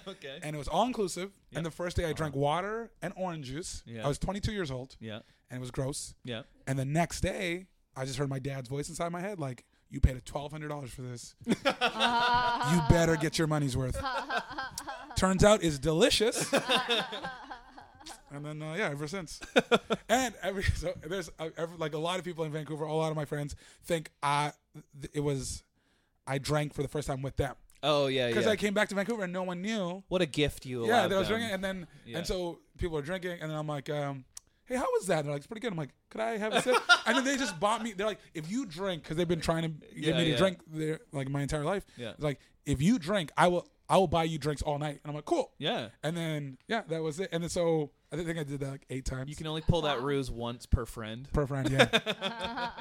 Okay. and it was all inclusive. And the first day, I drank water and orange juice. Uh-huh. Yeah. I was 22 years old, Yeah. and it was gross. Yeah. And the next day, I just heard my dad's voice inside my head, like, "You paid twelve hundred dollars for this. you better get your money's worth." Turns out, it's delicious. and then, uh, yeah, (laughs) ever since. and every so there's uh, every, like a lot of people in Vancouver. A lot of my friends think I th- it was I drank for the first time with them Oh yeah. because yeah. I came back to Vancouver and no one knew. What a gift you allowed Yeah, that I was them. drinking, and then Yeah. and so people are drinking, and then I'm like, um, "Hey, how was that?" And they're like, "It's pretty good." I'm like, "Could I have (laughs) a sip?" and then they just bought me. They're like, "If you drink," because they've been trying to get Yeah, me to yeah. drink their, like my entire life. Yeah. It's like if you drink, I will I will buy you drinks all night. And I'm like, "Cool." Yeah. And then yeah, that was it. And then so I think I did that like eight times You can only pull that ruse once per friend. (laughs) per friend. Yeah.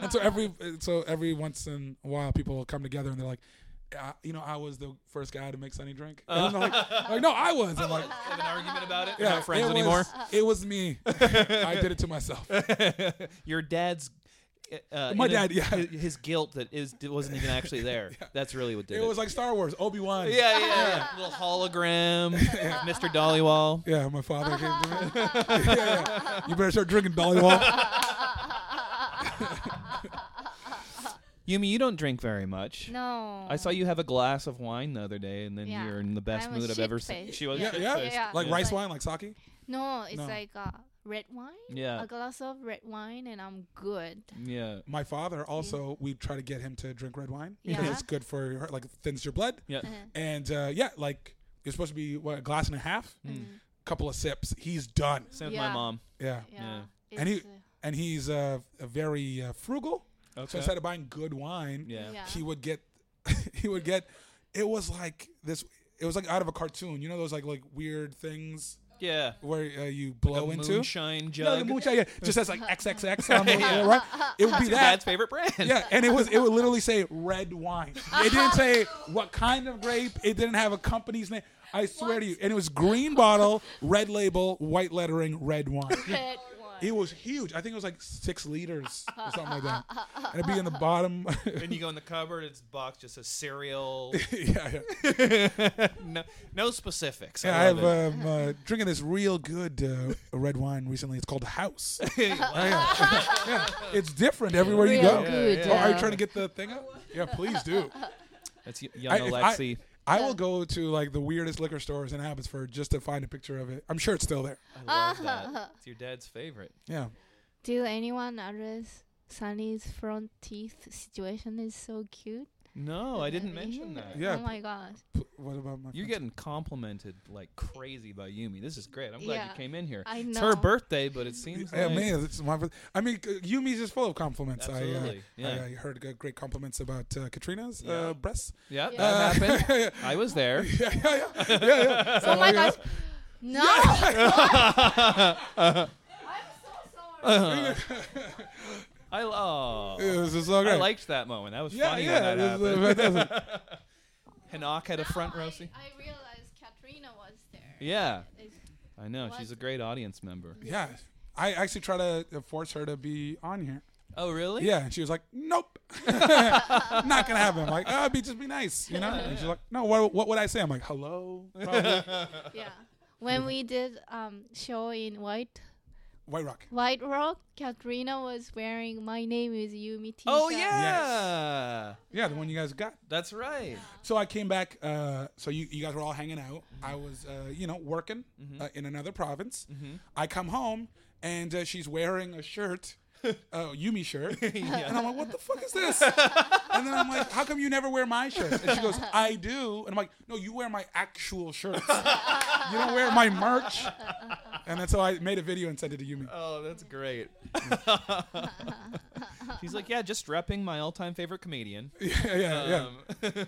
and so every so every once in a while, people will come together and they're like. Uh, you know, I was the first guy to make Sunny drink. And (laughs) then they're like, like, no, I was. I'm like, Have an argument about it. We're yeah, not friends it was- anymore. It was me. I did it (laughs) to myself. Your dad's. Uh, My in a- dad, yeah. hi- His guilt that is wasn't even actually (laughs) there. That's really what did it. It was like Star Wars, Obi Wan. yeah, yeah, yeah. (laughs) (laughs) Little hologram, (laughs) Mr. Dollywall. Yeah, my father (laughs) came to me. (laughs) yeah, yeah. You better start drinking Dolly Wall. Yumi, you don't drink very much. no. I saw you have a glass of wine the other day, and then Yeah. you were in the best I'm a mood I've ever seen. shit-faced. She was Yeah, shit yeah. faced. Yeah. Like Yeah. rice wine, like sake. No, it's No. like uh, red wine. Yeah. A glass of red wine, and I'm good. (laughs) Yeah. My father also, Mm-hmm. we try to get him to drink red wine because Yeah. it's good for your heart, like thins your blood. Yeah. And uh, yeah, like you're supposed to be what, a glass and a half, Mm-hmm. Mm. couple of sips. He's done. Same with my Yeah. mom. Yeah. Yeah. And he it's, uh, and he's uh, a very uh, frugal. Okay. So instead of buying good wine, yeah. yeah. he would get (laughs) he would get it was like this it was like out of a cartoon you know those like like weird things Yeah. where uh, you blow A into moonshine no, jug. the moonshine, yeah. It just says like XXX on the right. It would be Your dad's that, favorite brand. yeah. And it was it would literally say red wine. It didn't say what kind of grape. It didn't have a company's name. I swear to you. And it was green bottle, red label, white lettering, red wine. Red wine. It was huge. I think it was like six liters or something like that. And it'd be in the bottom. (laughs) (laughs) And you go in the cupboard, it's box just a cereal. yeah, yeah. no, no specifics. Yeah, I have love um, uh, drinking this real good uh, red wine recently. It's called House. (laughs) (laughs) it. Yeah, it's different everywhere you Real go. good, Oh, are you yeah. trying to get the thing up? Yeah, please do. That's I, young if Alexi. I, I will go to like the weirdest liquor stores in Abbotsford just to find a picture of it. I'm sure it's still there. I, love (laughs) that. It's your dad's favorite. Yeah. Do anyone notice Sunny's front teeth situation is so cute? No, Oh, I didn't mention Yeah. that. Yeah. Oh my gosh. P- What about my? You're friends? getting complimented like crazy by Yumi. This is great. I'm glad Yeah. you came in here. I It's her know. birthday, but it seems Yeah, like man, this is my. first- I mean, uh, Yumi's is full of compliments. I, uh, Absolutely, yeah. I, uh, heard g- great compliments about uh, Katrina's Yeah. uh, breasts. yeah, that Uh, (laughs) happened. yeah, I was there. yeah, yeah, (laughs) yeah, yeah. Oh my gosh. No. (laughs) (laughs) Uh, I oh, Yeah, This is so great. I liked that moment. That was yeah, funny yeah. when that this is, uh, happened. (laughs) (laughs) fantastic. Hanok had a front row seat. I, realized Katrina was there. Yeah, It's- I know. She's a great audience member. Yeah. I actually try to uh, force her to be on here. Oh, really? Yeah, and she was like, "Nope, (laughs) not gonna happen." I'm like, "Ah, "Oh, be just be nice," you know. And she's like, "No, what, what would I say?" I'm like, "Hello." probably." Yeah. when we did um show in White White Rock. White Rock, Katrina was wearing "My name is Yumi" T-shirt. Oh yeah, Yeah, the one you guys got. that's right. So I came back. Uh, so you, you guys were all hanging out. I was, uh, you know, working uh, in another province. I come home and uh, she's wearing a shirt, a Yumi shirt. And I'm like, what the fuck is this? and then I'm like, how come you never wear my shirts? And she goes, I do. And I'm like, no, you wear my actual shirts. you don't wear my merch. And then so I made a video and sent it to Yumi. (laughs) Oh, that's great. (laughs) She's like, yeah, just repping my all-time favorite comedian. yeah, yeah, yeah. Um, (laughs)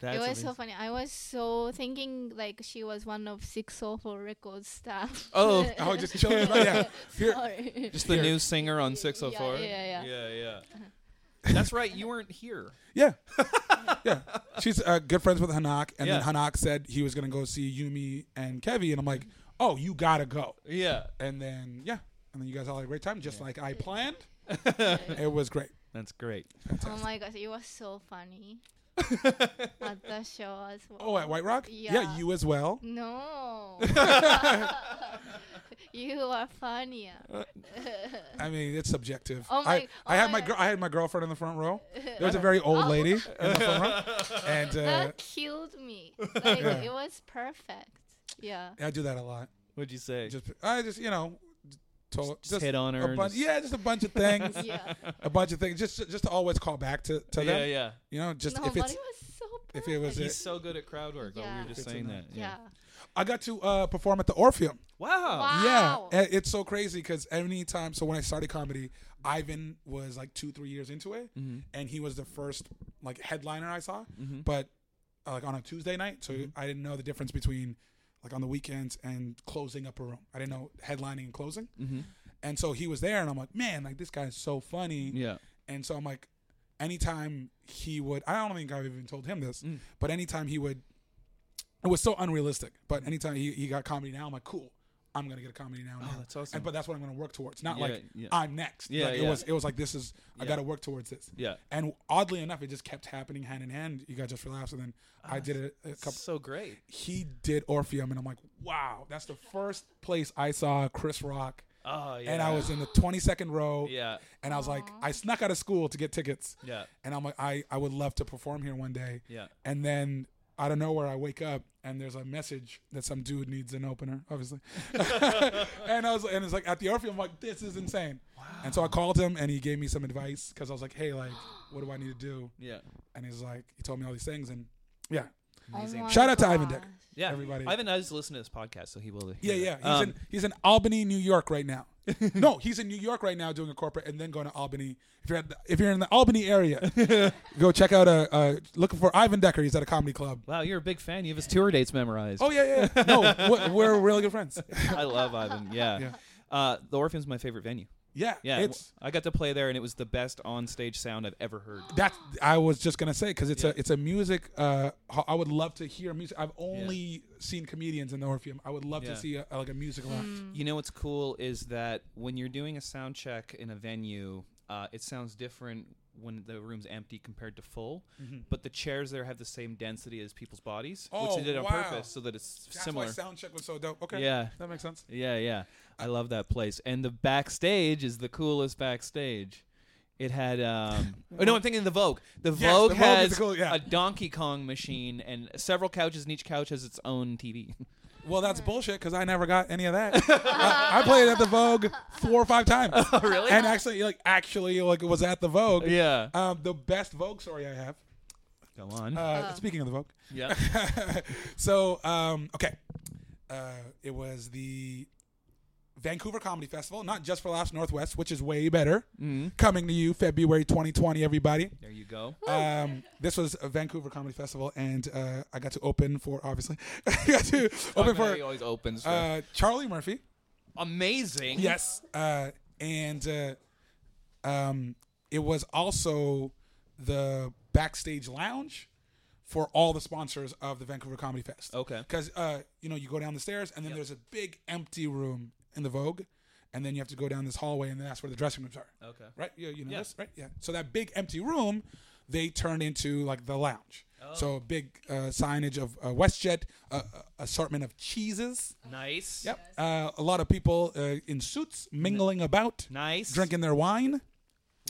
that's It was so amazing. funny. I was so thinking like she was one of six soulful records staff. (laughs) Oh, Oh, just chilling. yeah. Here, (laughs) Sorry. Just the Here. new singer on 604. Yeah, Uh-huh. yeah, yeah. yeah. That's right. You weren't here. Yeah. (laughs) yeah. She's uh, good friends with Hanak. And Yeah. then Hanak said he was going to go see Yumi and Kevi. And I'm like, oh, you got to go. Yeah. And then, yeah. And then you guys all had a great time, just like I planned. (laughs) it was great. That's great. oh my gosh, it was so (laughs) funny at the show as well. Oh, at White Rock? Yeah. you as well. (laughs) No. you are funnier. Uh, (laughs) I mean, it's subjective. Oh my- I, I oh had my my God. Oh. girl. I had my girlfriend in the front (laughs) row. There was a very old lady in the front row, and uh, that killed me. Like Yeah. it was perfect. (laughs) Yeah. I do that a lot. What'd you say? Just I just you know, told, Just hit on her A and bunch, just- yeah, just a bunch of things, Yeah. a bunch of things. Just just to always call back to to yeah, them. yeah. You know, just no, if but it's it was so if perfect. it was He's it. so good at crowd work. Oh, we Yeah. were just It's saying that. enough. yeah. I got to uh, perform at the Orpheum. Wow. Wow. Yeah, a- it's so crazy because anytime. So when I started comedy, Ivan was like two, three years into it, and he was the first like headliner I saw, but uh, like on a Tuesday night. So I didn't know the difference between like on the weekends and closing up a room. I didn't know headlining and closing, and so he was there, and I'm like, man, like this guy's so funny. Yeah. And so I'm like, anytime he would, I don't think I've even told him this, Mm. but anytime he would, it was so unrealistic. But anytime he, he got comedy now, I'm like, cool. I'm gonna get a comedy now. now. Oh, that's awesome. And, but that's what I'm gonna work towards. Not Yeah, like yeah. I'm next. Yeah, Like, It yeah. was. It was like this is. I Yeah. gotta work towards this. Yeah. And oddly enough, it just kept happening hand in hand. You guys just relapsed, and then Ah. I did it a couple. So great. He did Orpheum, and I'm like, wow, that's the first place I saw Chris Rock, Oh, yeah. and I was in the 22nd row. Yeah. And I was like, I snuck out of school to get tickets. Yeah. And I'm like, I, I would love to perform here one day. Yeah. And then out of nowhere, I wake up and there's a message that some dude needs an opener, obviously. (laughs) and I was, and it's like at the Orpheum, I'm like, this is insane. Wow. And so I called him and he gave me some advice because I was like, hey, like, what do I need to do? Yeah. And he's like, he told me all these things and yeah, Amazing. Shout out to Ivan Decker. Yeah. Everybody- Ivan does listen to this podcast, so he will. hear yeah, that. yeah. He's Um, in he's in Albany, New York right now. (laughs) no, he's in New York right now doing a corporate, and then going to Albany. If you're at the, if you're in the Albany (laughs) area, go check out a uh, looking for Ivan Decker. He's at a comedy club. Wow, you're a big fan. You have his tour dates memorized. Oh yeah, yeah. No, we're- we're really (laughs) good friends. I love Ivan. Yeah. Yeah. Uh, the Orpheum's my favorite venue. Yeah, Yeah, It's I got to play there, and it was the best on-stage sound I've ever heard. that I was just gonna say because it's Yeah. a it's a music. Uh, ho- I would love to hear music. I've only seen comedians in the Orpheum. I would love Yeah. to see a, like a musical act. You know what's cool is that when you're doing a sound check in a venue, uh, it sounds different when the room's empty compared to full, but the chairs there have the same density as people's bodies, which Mm-hmm. Oh, they did on wow. purpose so that it's That's similar. why sound check was so dope. Okay, Yeah. that makes sense. Yeah, yeah. I love that place. And the backstage is the coolest backstage. It had (laughs) um oh, no, I'm thinking the Vogue. The the Vogue Vogue is has cool, yeah. a Donkey Kong machine and several couches and each couch has its own (laughs) TV. Well, that's bullshit because I never got any of that. I, I played at the Vogue four or (laughs) five times. Oh, really? And actually, like, actually, like, was at the Vogue. yeah. Um, the best Vogue story I have. Go on. Uh, Speaking of the Vogue, (laughs) yeah. so um, okay, uh, it was the Vancouver Comedy Festival, not just for Laughs Northwest, which is way better. Mm-hmm. Coming to you February 2020, everybody. There you go. Um, this was a Vancouver Comedy Festival, and uh, I got to open for obviously, (laughs) I got to open Documentary for always opens. for- uh, Charlie Murphy. amazing. Yes. Uh, and uh, um, it was also the backstage lounge for all the sponsors of the Vancouver Comedy Fest. Okay. Because, uh, you know, you go down the stairs and then there's a big empty room in the Vogue. And then you have to go down this hallway and then that's where the dressing rooms are. Okay. Right? You, you know Yeah. this, right? Yeah. So that big empty room, they turned into like the lounge. Oh. So a big uh, signage of uh, WestJet uh, uh, assortment of cheeses. Nice. Yep. Uh, a lot of people uh, in suits mingling about, Nice. drinking their wine.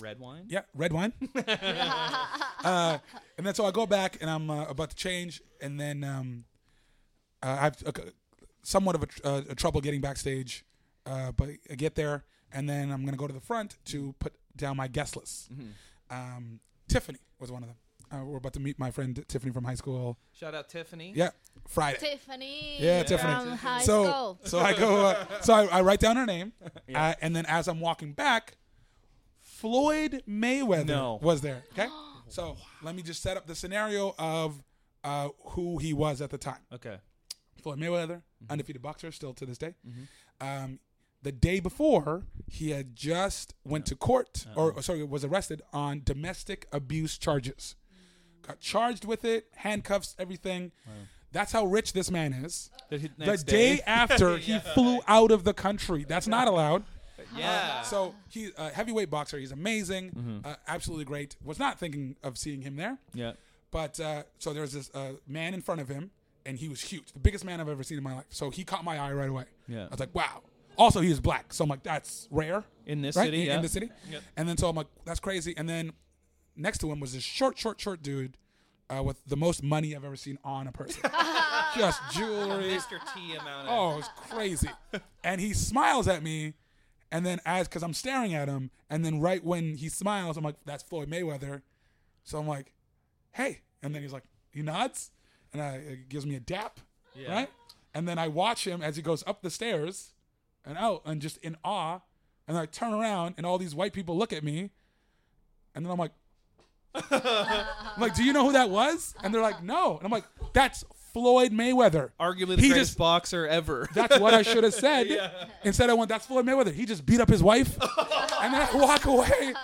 red wine. Yeah, red wine. (laughs) uh, and then so I go back and I'm uh, about to change, and then um, uh, I've uh, somewhat of a, tr- uh, a trouble getting backstage, uh, but I get there, and then I'm gonna go to the front to put down my guest list. Um, Tiffany was one of them. Uh, we're about to meet my friend Tiffany from high school. Shout out Tiffany. Yeah, Friday. Tiffany. Yeah, Tiffany. From high so school. so I go uh, so I, I write down her name, uh, and then as I'm walking back, Floyd Mayweather No. was there. Okay, (gasps) so let me just set up the scenario of uh, who he was at the time. Okay. Floyd Mayweather, undefeated boxer, still to this day. Um, the day before, he had just went to court, or sorry, was arrested on domestic abuse charges. Got charged with it, handcuffs, everything. That's how rich this man is The, the next day, (laughs) after he flew out of the country. That's not allowed. yeah. So he's a heavyweight boxer. He's amazing, Mm-hmm. uh, absolutely great. Was not thinking of seeing him there, yeah. but uh, so there's this uh, man in front of him, and he was huge, the biggest man I've ever seen in my life. So he caught my eye right away. Yeah. I was like, wow. Also, he is black, so I'm like, that's rare In this right? city. in, yeah. in the city. Yep. And then so I'm like, that's crazy. And then next to him was this short, short, short dude. Uh, with the most money I've ever seen on a person, just jewelry, Mr. T amount. Of, Oh, it's crazy. and he smiles at me, and then as because I'm staring at him, and then right when he smiles, I'm like, "That's Floyd Mayweather." So I'm like, "Hey," and then he's like, he nods, and I, it gives me a dap, right? And then I watch him as he goes up the stairs and out, and just in awe. And I turn around, and all these white people look at me, and then I'm like, I'm like, do you know who that was? And they're like, no. And I'm like, that's Floyd Mayweather. Arguably the He greatest just- boxer (laughs) ever. That's what I should have said. Instead, I went, that's Floyd Mayweather. He just beat up his wife. and then (laughs) I walk away.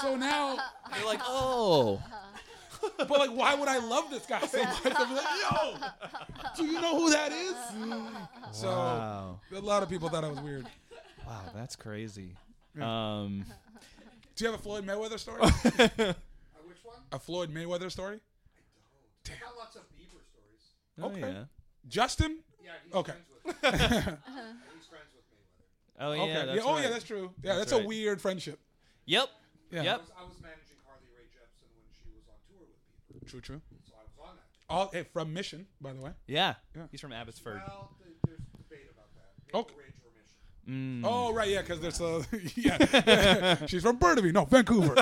So now, You're (laughs) like, oh, but like, why would I love this guy so much? I'm like, yo, do you know who that is? So wow, a lot of people thought I was weird. wow, that's crazy. (laughs) Um, oh, Do you have a Floyd Mayweather story? Uh, which one? a Floyd Mayweather story? I got lots of Bieber stories. oh Okay. yeah. Justin? (laughs) Yeah, he's Okay. friends with (laughs) Mayweather. he's friends with Mayweather. Oh yeah. okay. Oh, That's oh, right. yeah, that's true. Yeah, That's that's, right. a weird friendship. Yep. Yeah. Yep. I was, I was managing Carly Rae Jepsen when she was on tour with Bieber, True, true. so I was on that. All, hey, from Mission, by the way. Yeah. Yeah. He's from Abbotsford. Well, th- there's debate about that. Maybe Okay. Rage or Mission. Mm. (laughs) Oh right, yeah, because there's a (laughs) yeah. (laughs) She's from Burnaby, no Vancouver.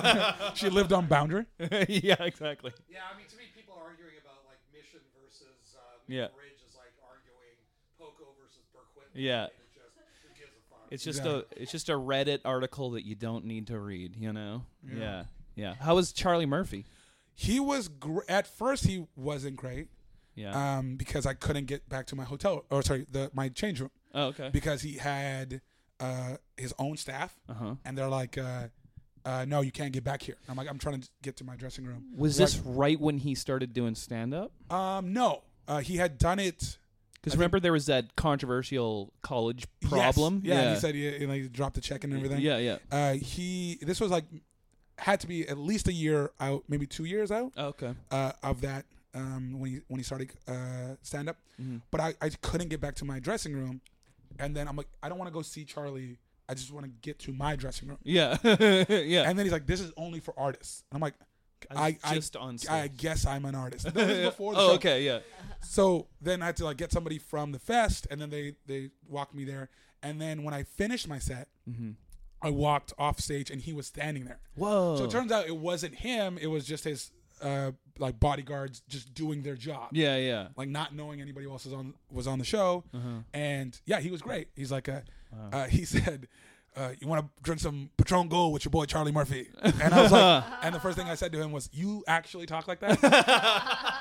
(laughs) she lived on Boundary. (laughs) yeah, exactly. Yeah, I mean, to me, people are arguing about like Mission versus uh, Yeah. Ridge is like arguing Poco versus Burquitlam. Yeah. and it just who gives a fuck? It's just Exactly. a it's just a Reddit article that you don't need to read. You know. Yeah. Yeah. How was Charlie Murphy? He was gr- at first he wasn't great Yeah. um, because I couldn't get back to my hotel or sorry the my change room oh okay. because he had uh, his own staff Uh huh. and they're like, uh, uh, no, you can't get back here. I'm like, I'm trying to get to my dressing room. Was Like- this right when he started doing stand up? Um, no, uh, he had done it. Because remember there was that controversial college Yes. problem. Yeah, and he said he, you know, he dropped the check and everything. Yeah. Yeah. Uh, he this was like had to be at least a year out, maybe two years out. Oh, (laughs) okay. uh, of that um, when he when he started uh, stand up. Mm-hmm. But I, I couldn't get back to my dressing room, and then I'm like, I don't want to go see Charlie. I just want to get to my dressing room. Yeah. (laughs) yeah. And then he's like, This is only for artists. And I'm like, I I, was I just on stage. I guess I'm (laughs) an artist. That was before the oh, show. okay. Yeah. So then I had to like get somebody from the fest, and then they they walked me there. And then when I finished my set, I walked off stage, and he was standing there. Whoa. So it turns out it wasn't him. It was just his uh, like bodyguards just doing their job. yeah. Yeah. Like not knowing anybody else was on was on the show. Uh-huh. And yeah, he was great. He's like uh uh, he (laughs) said. Uh, you want to drink some Patron Gold with your boy Charlie Murphy, and I was (laughs) like, and the first thing I said to him was, "You actually talk like that."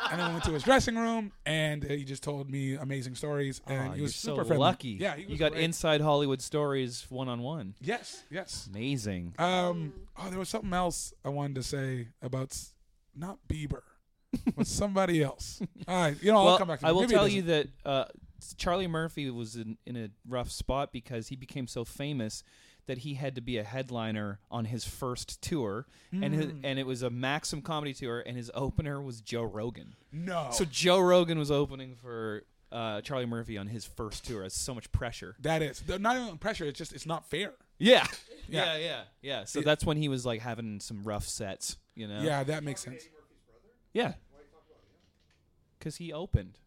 and then we went to his dressing room, and he just told me amazing stories, and Aw, he was you're super so friendly. lucky. Yeah, he was you got great. inside Hollywood stories one on one. Yes, yes. Amazing. Um, oh, there was something else I wanted to say about s- not Bieber, but somebody else. All right, you know, (laughs) I'll well, come back. To I it. will Maybe it tell doesn't- you that uh, Charlie Murphy was in, in a rough spot because he became so famous that he had to be a headliner on his first tour, and his, Hmm. and it was a Maxim comedy tour, and his opener was Joe Rogan. No. So Joe Rogan was opening for uh, Charlie Murphy on his first tour. It's so much pressure. that is the- not even pressure. It's just it's not fair. Yeah. Yeah. Yeah, yeah, yeah. So that's when he was like having some rough sets, you know? Yeah, that makes sense. Yeah. Because he opened.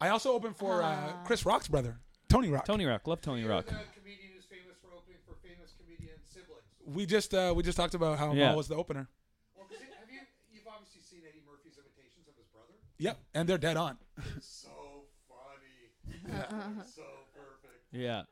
I also opened for uh, Chris Rock's brother, Tony Rock. Tony Rock. Love Tony Rock. The comedian who's famous for opening for famous comedian siblings. We just uh, we just talked about how Yeah. Mo was the opener. Well, 'cause it- have you? You've obviously seen Eddie Murphy's imitations of his brother. Yep, and they're dead on. They're so funny. Uh-huh. They're so perfect. Yeah.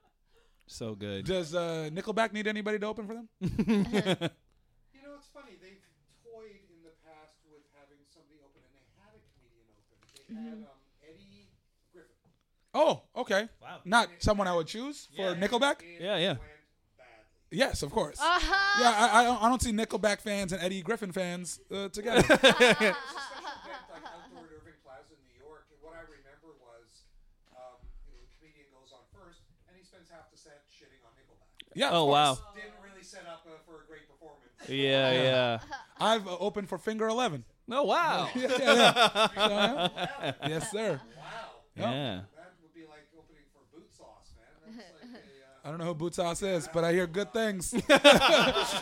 So good. Does uh, Nickelback need anybody to open for them? You know, it's funny. They've toyed in the past with having somebody open, and they had a comedian open. They Mm-hmm. had um, Eddie Griffin. Oh, okay. Wow. Not someone I would choose for Nickelback. It Yeah, yeah. Went badly. Yes, of course. Ah. Uh-huh. Yeah, I, I, don't, I don't see Nickelback fans and Eddie Griffin fans uh, together. (laughs) It was a special event like outdoor at Irving Plaza in New York. And what I remember was um, you know, the comedian goes on first, and he spends half the set shitting on Nickelback. Yeah. Oh, of course. wow. Didn't really set up uh, for a great performance. (laughs) Yeah, yeah. (laughs) I've uh, opened for Finger Eleven. No, Oh, wow. (laughs) yeah, yeah, (laughs) yeah. So, yeah. Yes, sir. Wow, Yeah. that would be like opening for Boot Sauce, man. That's like a. Uh, (laughs) I don't know who Boot Sauce is, but I hear good things.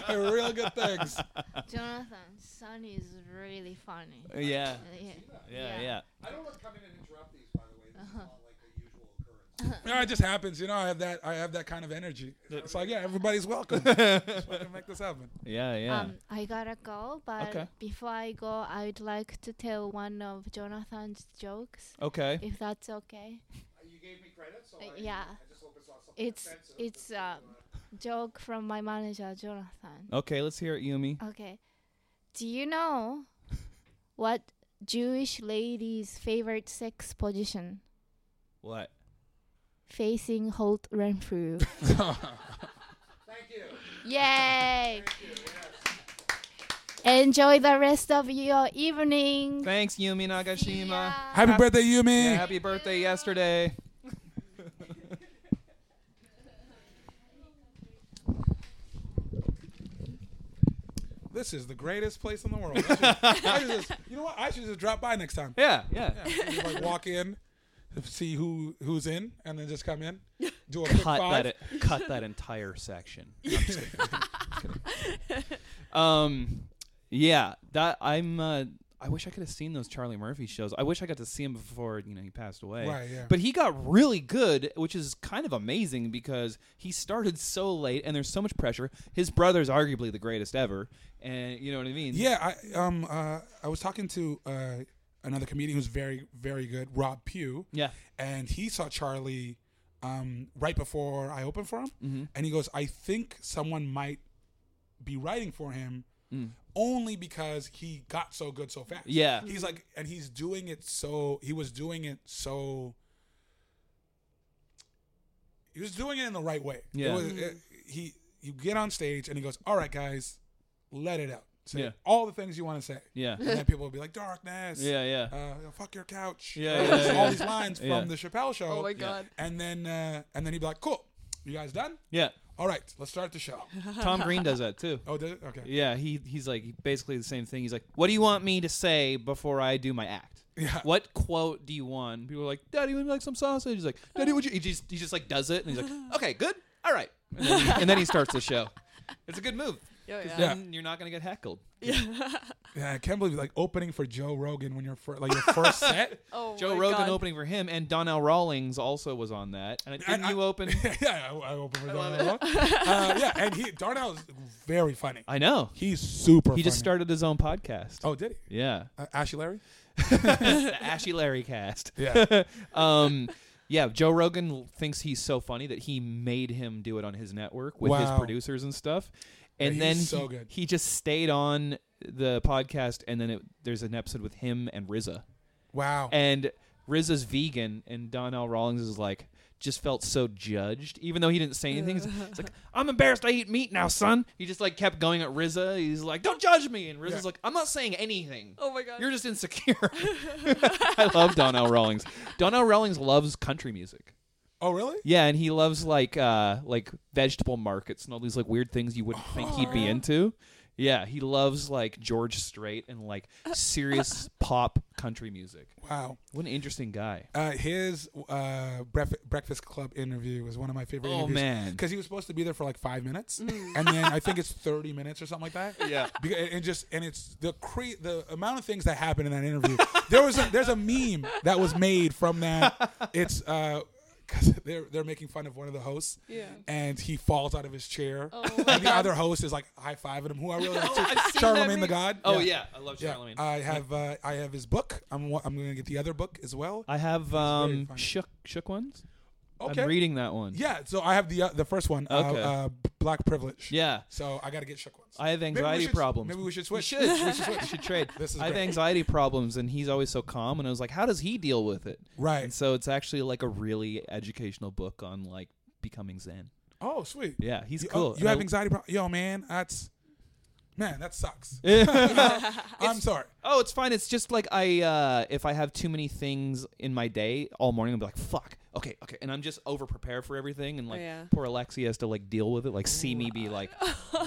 Real good things. (laughs) Jonathan, Sonny is really funny. Yeah. Yeah. Yeah, Yeah. yeah. I don't want to come in and interrupt these, by the way. This is Uh-huh. not like a usual (laughs) occurrence. Uh, No, it just happens, you know. I have that. I have that kind of energy. It's like, yeah, everybody's (laughs) welcome. Just fucking make this happen. Yeah, yeah. Um, I gotta go, but Okay. before I go, I'd like to tell one of Jonathan's jokes, okay. if that's okay. Uh, you gave me credit, so Uh, I, yeah. I just hope it's not something It's offensive. it's but, a uh, joke from my manager Jonathan. Okay, let's hear it, Yumi. Okay, do you know what Jewish lady's favorite sex position? What? Facing Holt Renfrew. Thank you. Yay! Thank you. Yes. Enjoy the rest of your evening. Thanks, Yumi Nagashima. Happy birthday, Yumi. Yeah, happy birthday yesterday. This is the greatest place in (laughs) the world. I should- I should just- you know what? I should just drop by next time. Yeah, yeah. Just, like walk in, see who who's in, and then just come in, do a quick Cut five. that, cut that entire (laughs) section. I'm just kidding. (laughs) Just kidding. um, yeah, that I'm. Uh, I wish I could have seen those Charlie Murphy shows. I wish I got to see him before you know he passed away. Right, yeah. But he got really good, which is kind of amazing because he started so late, and there's so much pressure. His brother's arguably the greatest ever, and you know what I mean. Yeah, I um uh, I was talking to uh, another comedian who's very very good, Rob Pugh. Yeah. and he saw Charlie um, right before I opened for him, Mm-hmm. and he goes, "I think someone might be writing for him." Only because he got so good so fast. Mm. Yeah. he's like, and he's doing it so. He was doing it so. He was doing it in the right way. It Yeah. was- it- he you get on stage and he goes, "All right, guys, let it out. Say Yeah. all the things you want to say." Yeah. and then people will be like, "Darkness." Yeah, yeah. Uh, fuck your couch. Yeah, Uh, yeah, just yeah, all yeah. these lines Yeah. from the Chappelle show. Oh my god. And then uh, and then he'd be like, "Cool, you guys done? yeah. All right, let's start the show." Tom Green does that too. Oh, did it? okay. Yeah, he he's like basically the same thing. He's like, "What do you want me to say before I do my act? Yeah. What quote do you want?" People are like, "Daddy, would you like some sausage?" He's like, "Daddy, would you?" He just he just like does it, and (laughs) he's like, "Okay, good, all right," and then he, and then he starts the show. It's a good move. Oh, 'Cause yeah. then you're not gonna get heckled. Yeah, I can't believe like opening for Joe Rogan when you're fir- like your (laughs) first set. Oh Joe my Rogan God. opening for him, and Donnell Rawlings also was on that. And didn't I- you open? (laughs) yeah, I, I opened for Darnell. Uh, yeah, and he Darnell is very funny. I know. He's super. He just funny. started his own podcast. Oh, did he? (laughs) Yeah, Uh, Ashley (laughs) Larry. the Ashy Larry (laughs) cast. Yeah. um, yeah, Joe Rogan thinks he's so funny that he made him do it on his network with his Wow. producers and stuff. And he's then so he, good. he just stayed on the podcast, and then it, there's an episode with him and Riza, Wow. and Riza's vegan, and Donnell Rawlings is like, just felt so judged, even though he didn't say anything. He's, he's like, I'm embarrassed I eat meat now, son. He just like kept going at Riza. He's like, Don't judge me. And Riza's Yeah. like, I'm not saying anything. Oh my god. You're (laughs) just insecure. (laughs) I love Donnell Rawlings. Donnell Rawlings loves country music. Oh, really? Yeah, and he loves like uh like vegetable markets and all these like weird things you wouldn't think he'd be into. Yeah, he loves like George Strait and like (laughs) serious pop country music. Wow. What an interesting guy. Uh, his uh, bref- Breakfast Club interview was one of my favorite Oh, interviews. man. Because he was supposed to be there for like five minutes, and then (laughs) I think it's thirty minutes or something like that. Mm. (laughs) Yeah. Beca- and and just and it's the cre- the amount of things that happened in that interview. there was a, there's a meme that was made from that. It's because they're they're making fun of one of the hosts, Yeah. and he falls out of his chair, Oh my and the other host is like high fiving him. Who I (laughs) really like, too. Oh, I've seen that Charlemagne the meme. God. Oh yeah, I love Yeah. Charlemagne. I have uh, I have his book. I'm wa- I'm gonna get the other book as well. I have very um funny. shook shook ones. Okay. I'm reading that one. Yeah, so I have the uh, the first one, uh, Okay. uh, b- black privilege. Yeah. So I got to get shook ones. I have Maybe we anxiety should- problems. Maybe we should We switch. should. (laughs) We should, we should trade. (laughs) This is I have great. anxiety problems, and he's always so calm. And I was like, how does he deal with it? Right. And so it's actually like a really educational book on like becoming Zen. Oh, sweet. Yeah, he's You- cool. Oh, you have And anxiety problems? Yo, man, that's man, (laughs) that sucks. (laughs) I- I'm sorry. oh, it's fine. It's just like I, uh, if I have too many things in my day all morning, I'm like, fuck. Okay, okay, and I'm just over prepared for everything, and like yeah. poor Alexi has to like deal with it, like see me be like,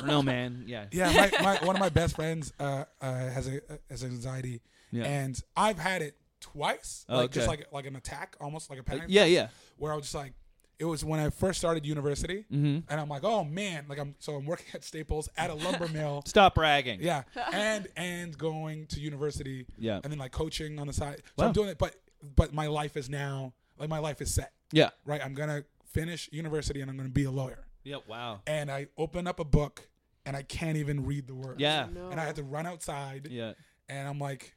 no man, yeah, Yeah, my, my, one of my best friends uh, uh, has a has anxiety, Yeah. and I've had it twice, Oh, like just okay. Uh, like like an attack, almost like a panic. yeah, yeah. where I was just like, it was when I first started university, Mhm. and I'm like, oh man, like I'm so I'm working at Staples at a lumber (laughs) mill. Stop bragging. (laughs) Yeah, and and going to university. Yeah. and then like coaching on the side. So Wow. I'm doing it, but but my life is now like my life is set. yeah, Right, I'm gonna finish university and I'm gonna be a lawyer. yeah. Wow. And I open up a book and I can't even read the words. Yeah, No. and I had to run outside yeah. and I'm like,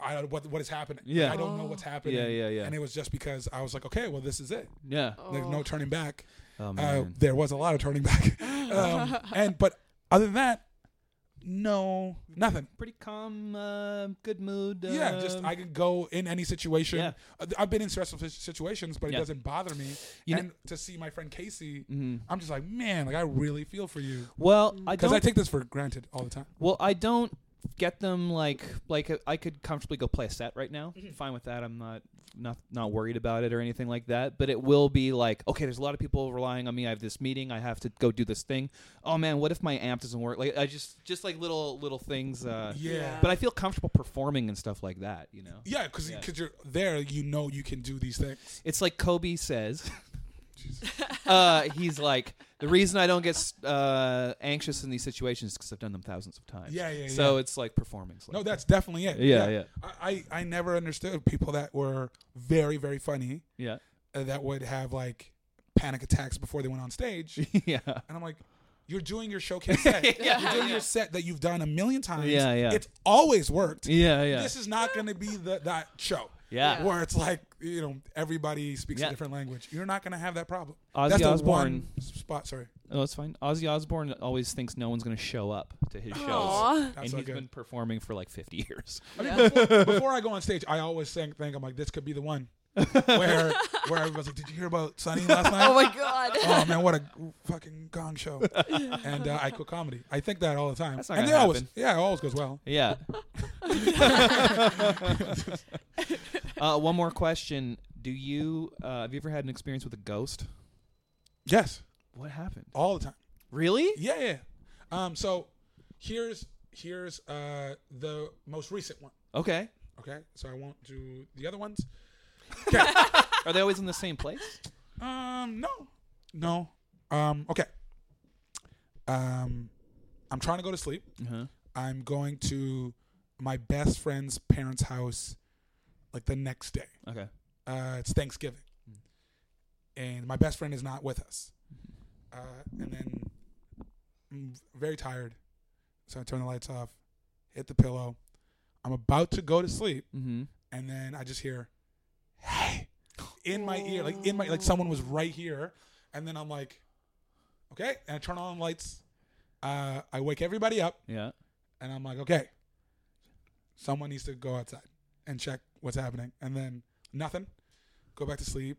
I don't what what is happening. Like, Yeah. I don't know what's happening. Yeah, yeah, yeah. And it was just because I was like, okay, well this is it. Yeah. There's Oh. no turning back. Oh Uh, man. there was a lot of turning back. um, and but other than that, no, nothing. Pretty calm, uh, good mood. Yeah, just um, I can go in any situation. Yeah. Uh, I've been in stressful si- situations, but it Yeah. doesn't bother me. You kn- and to see my friend Casey, Mhm. I'm just like, man, like I really feel for you Well, I because don't. I take this for granted all the time. well, I don't get them like like I could comfortably go play a set right now. Mm-hmm. Fine with that. I'm not not not worried about it or anything like that. But it will be like okay, there's a lot of people relying on me. I have this meeting. I have to go do this thing. Oh man, what if my amp doesn't work? Like I just just like little little things. Uh, Yeah, But I feel comfortable performing and stuff like that. You know. yeah, because Yeah. you're there, you know you can do these things. It's like Kobe (laughs) says. (laughs) uh, he's like the reason I don't get s- uh, anxious in these situations because I've done them thousands of times. Yeah, yeah, So yeah. it's like performing. No, that's definitely it. Yeah, yeah. I, I I never understood people that were very very funny yeah, uh, that would have like panic attacks before they went (laughs) on stage, yeah, and I'm like. You're doing your showcase (laughs) set. Yeah, You're doing yeah. your set that you've done a million times. Yeah, yeah. It's always worked. yeah, yeah, this is not going to be the that show. Yeah. Where it's like, you know, everybody speaks Yeah. a different language. You're not going to have that problem. Ozzy That's the Osbourne. one spot. Sorry. Oh, it's fine. Ozzy Osbourne always thinks no one's going to show up to his shows, Aw. and That's he's so good. been performing for like fifty years. (laughs) I (laughs) mean, before, before I go on stage, I always think, think I'm like, this could be the one (laughs) where where everybody's like, did you hear about Sunny last night? Oh (laughs) my god. Oh, man, what a fucking gong show! and uh, I quit comedy. I think that all the time. That's not and gonna it always, happen. yeah, it always goes well. (laughs) Yeah. uh, one more question: Do you uh, have you ever had an experience with a ghost? Yes, What happened? all the time. Really? Yeah, yeah. Um, so here's here's uh the most recent one. Okay. Okay, so I won't do the other ones. Are they always in the same place? Um, no, no. Um, okay. Um, I'm trying to go to sleep. Uh-huh. I'm going to my best friend's parents' house, like the next day. Okay. Uh, it's Thanksgiving, and my best friend is not with us. Uh, and then I'm very tired, so I turn the lights off, hit the pillow. I'm about to go to sleep, Mm-hmm. and then I just hear, "Hey," in my ear, like in my like someone was right here, and then I'm like, "Okay," and I turn on the lights. Uh, I wake everybody up, Yeah. and I'm like, "Okay, someone needs to go outside and check what's happening." And then nothing. Go back to sleep.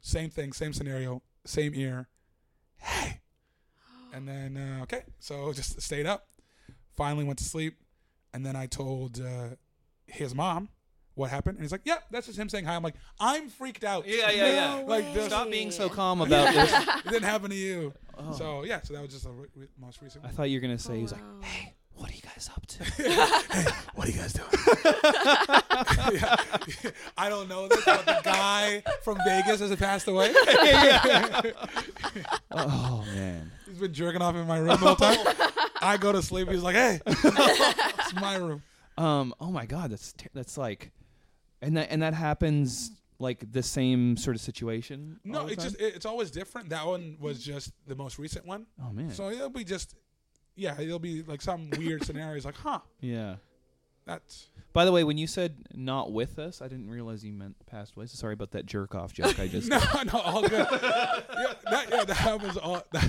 Same thing, same scenario, same ear. (gasps) Hey. And then, uh, okay, so just stayed up. Finally went to sleep. And then I told uh, his mom what happened. And he's like, yep, that's just him saying hi. I'm like, I'm freaked out. Yeah, yeah, yeah. No (laughs) Like this. Stop being so way. calm about this. (laughs) it didn't happen to you. Oh. So, yeah, so that was just the re- re- most recent I one. thought you were gonna say Oh, he's like, wow. "Hey, what are you guys up (laughs) to?" What are you guys doing? Yeah. (laughs) I don't know this, but the guy from Vegas has passed away. oh man, He's been jerking off in my room all time. I go to sleep. He's like, "Hey, it's my room." um, oh my god, that's ter- that's like, and that and that happens like the same sort of situation. all No, the it's time? just it, it's always different. That one was just the most recent one, oh man, so it'll be just yeah, it'll be like some weird scenario. He's like, "Huh, yeah. (laughs) that's By the way, when you said "not with us," I didn't realize you meant passed away. So sorry about that jerk off joke. I just (laughs) no, no, all good." yeah, that, yeah, that happens all. I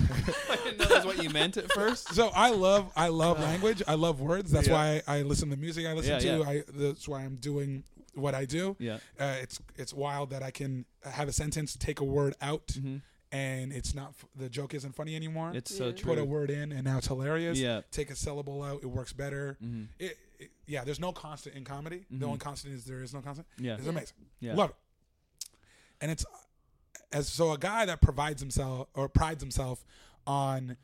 didn't know that's what you meant at first. (laughs) so I love I love language. I love words. That's Yeah. why I, I listen to music. I listen Yeah, to. yeah. I that's why I'm doing what I do. Yeah. Uh, it's it's wild that I can have a sentence, take a word out, Mhm. and it's not f- the joke isn't funny anymore. It's so Yeah. true. put a word in, and now it's hilarious. Yeah. Take a syllable out, it works better. Mhm. It, it- yeah, there's no constant in comedy. The Mhm. only constant is there is no constant. Yeah. It's amazing. Yeah. Love it. And it's as so a guy that provides himself or prides himself on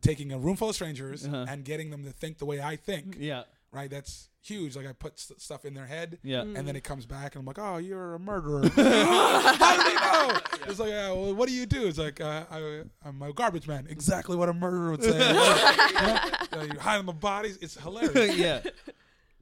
taking a room full of strangers Uh-huh. Mm-hmm. and getting them to think the way I think. Yeah. Right, that's huge. Like I put st- stuff in their head, Yeah. and then it comes back, and I'm like, "Oh, you're a murderer." How did he know? It's like, yeah, well, what do you do? It's like, uh, I, I'm a garbage man. Exactly what a murderer would say. you know? Uh, you hide on the bodies. It's (laughs) hilarious. yeah.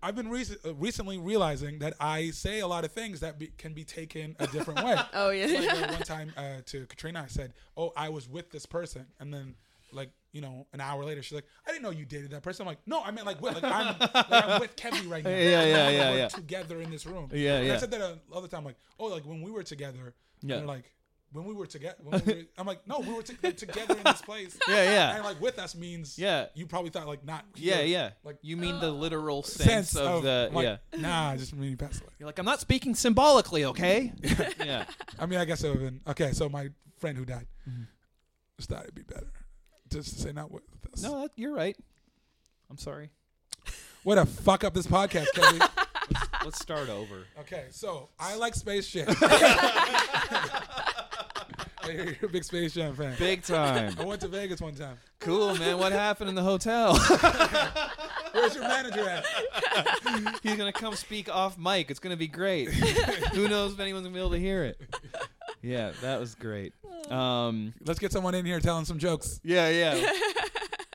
I've been rec- uh, recently realizing that I say a lot of things that be- can be taken a different way. (laughs) Oh yeah. (laughs) Like, uh, one time uh, to Katrina, I said, "Oh, I was with this person," and then like you know, an hour later, she's like, "I didn't know you dated that person." I'm like, "No, I meant like, with, like I'm like, I'm with Kevin right (laughs) now. Yeah, yeah, yeah, We're yeah. Together in this room. Yeah, And yeah. I said that uh, the other time, like, "Oh, like when we were together." Yeah. Yeah. They're like, "When we were together," we (laughs) were- I'm like, "No, we were to- like, together in this place." Yeah. (laughs) Yeah. (laughs) And like with us means Yeah. You probably thought like not Yeah, here. yeah. Like uh, you mean the literal sense, of, the like, yeah. Nah, I just mean you passed away. You're like, I'm not speaking symbolically, (laughs) okay? yeah. I mean, I guess it would have been okay. So my friend who died, Mm-hmm. just thought it'd be better just to say not with us. No, that, you're right. I'm sorry. What a fuck up this podcast, Kelly. Let's start over. (laughs) okay, so I like space (laughs) shit. You're a big space jam fan. Big time. I went to Vegas one time. Cool, man. What happened in the hotel? (laughs) Where's your manager at? He's gonna come speak off mic. It's gonna be great. Who knows if anyone's gonna be able to hear it? Yeah, that was great. Um, Let's get someone in here telling some jokes. yeah, yeah.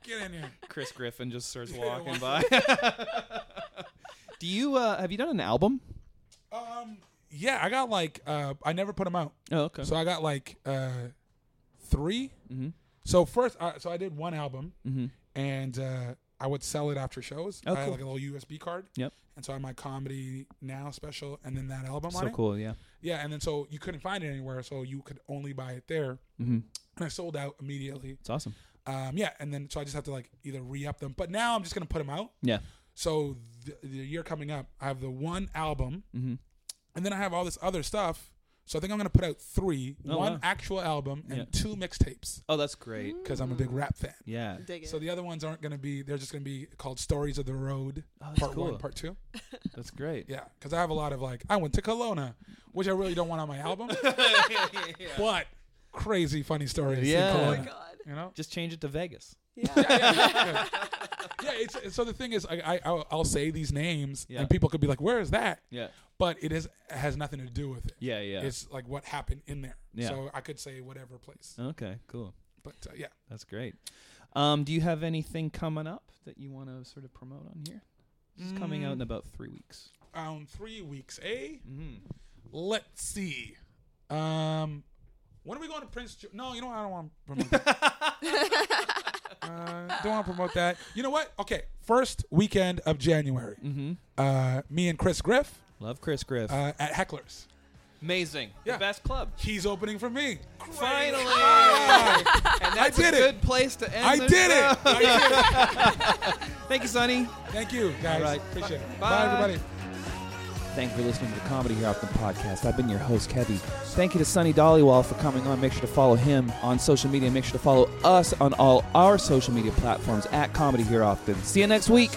Get in here. Chris Griffin just starts Yeah, walking walking. by. Do you uh, have you done an album? Um, yeah, I got like uh, I never put them out, Oh, okay. so I got like uh, three. Mhm. So first, I, so I did one album. mm-hmm. and uh, I would sell it after shows. Oh, I had cool. like a little USB card. Yep. And so I had my comedy now special, and then that album on So it. cool. Yeah. Yeah, and then so you couldn't find it anywhere, so you could only buy it there. Mm-hmm. And I sold out immediately. It's awesome. Um, yeah, and then so I just have to like either re up them, but now I'm just gonna put them out. Yeah. So the, the year coming up, I have the one album, Mm-hmm. and then I have all this other stuff. So I think I'm gonna put out three: Oh, one wow. actual album and Yeah. two mixtapes, Oh, that's great. because I'm a big rap fan. Yeah. Dig it. So the other ones aren't gonna be; they're just gonna be called Stories of the Road, Oh, that's part cool. one, part two. That's great. Yeah, because I have a lot of like, I went to Kelowna, which I really don't want on my (laughs) album, but crazy funny stories. Yeah. In oh my Kelowna, god. (laughs) you know? Just change it to Vegas. Yeah. yeah, yeah it's, it's- so the thing is, I, I I'll, I'll say these names, Yeah. and people could be like, "Where is that?" Yeah. But it is it has nothing to do with it. Yeah. Yeah. It's like what happened in there. Yeah. So I could say whatever place. okay. Cool. But uh, yeah, That's great. Um, do you have anything coming up that you want to sort of promote on here? It's coming out in about three weeks. um, three weeks. Eh? Mm-hmm. Let's see. Um, when are we going to Prince? Ge- no, you know what? I don't want to promote that. (laughs) uh, don't want to promote that. You know what? Okay, first weekend of January. Mm-hmm. Uh, me and Chris Griff Love Chris Griff. uh, at Heckler's. Amazing. yeah. The best club. He's opening for me. Finally. and I that's did a it. good place to end I the did it. show. I did it. Thank you, Sonny. Thank you, guys. All right. Appreciate it. Bye. Bye everybody. Thank you for listening to the Comedy Here Often podcast. I've been your host, Kevy. Thank you to Sunny Dollywall for coming on. Make sure to follow him on social media. Make sure to follow us on all our social media platforms at Comedy Here Often. See you next week.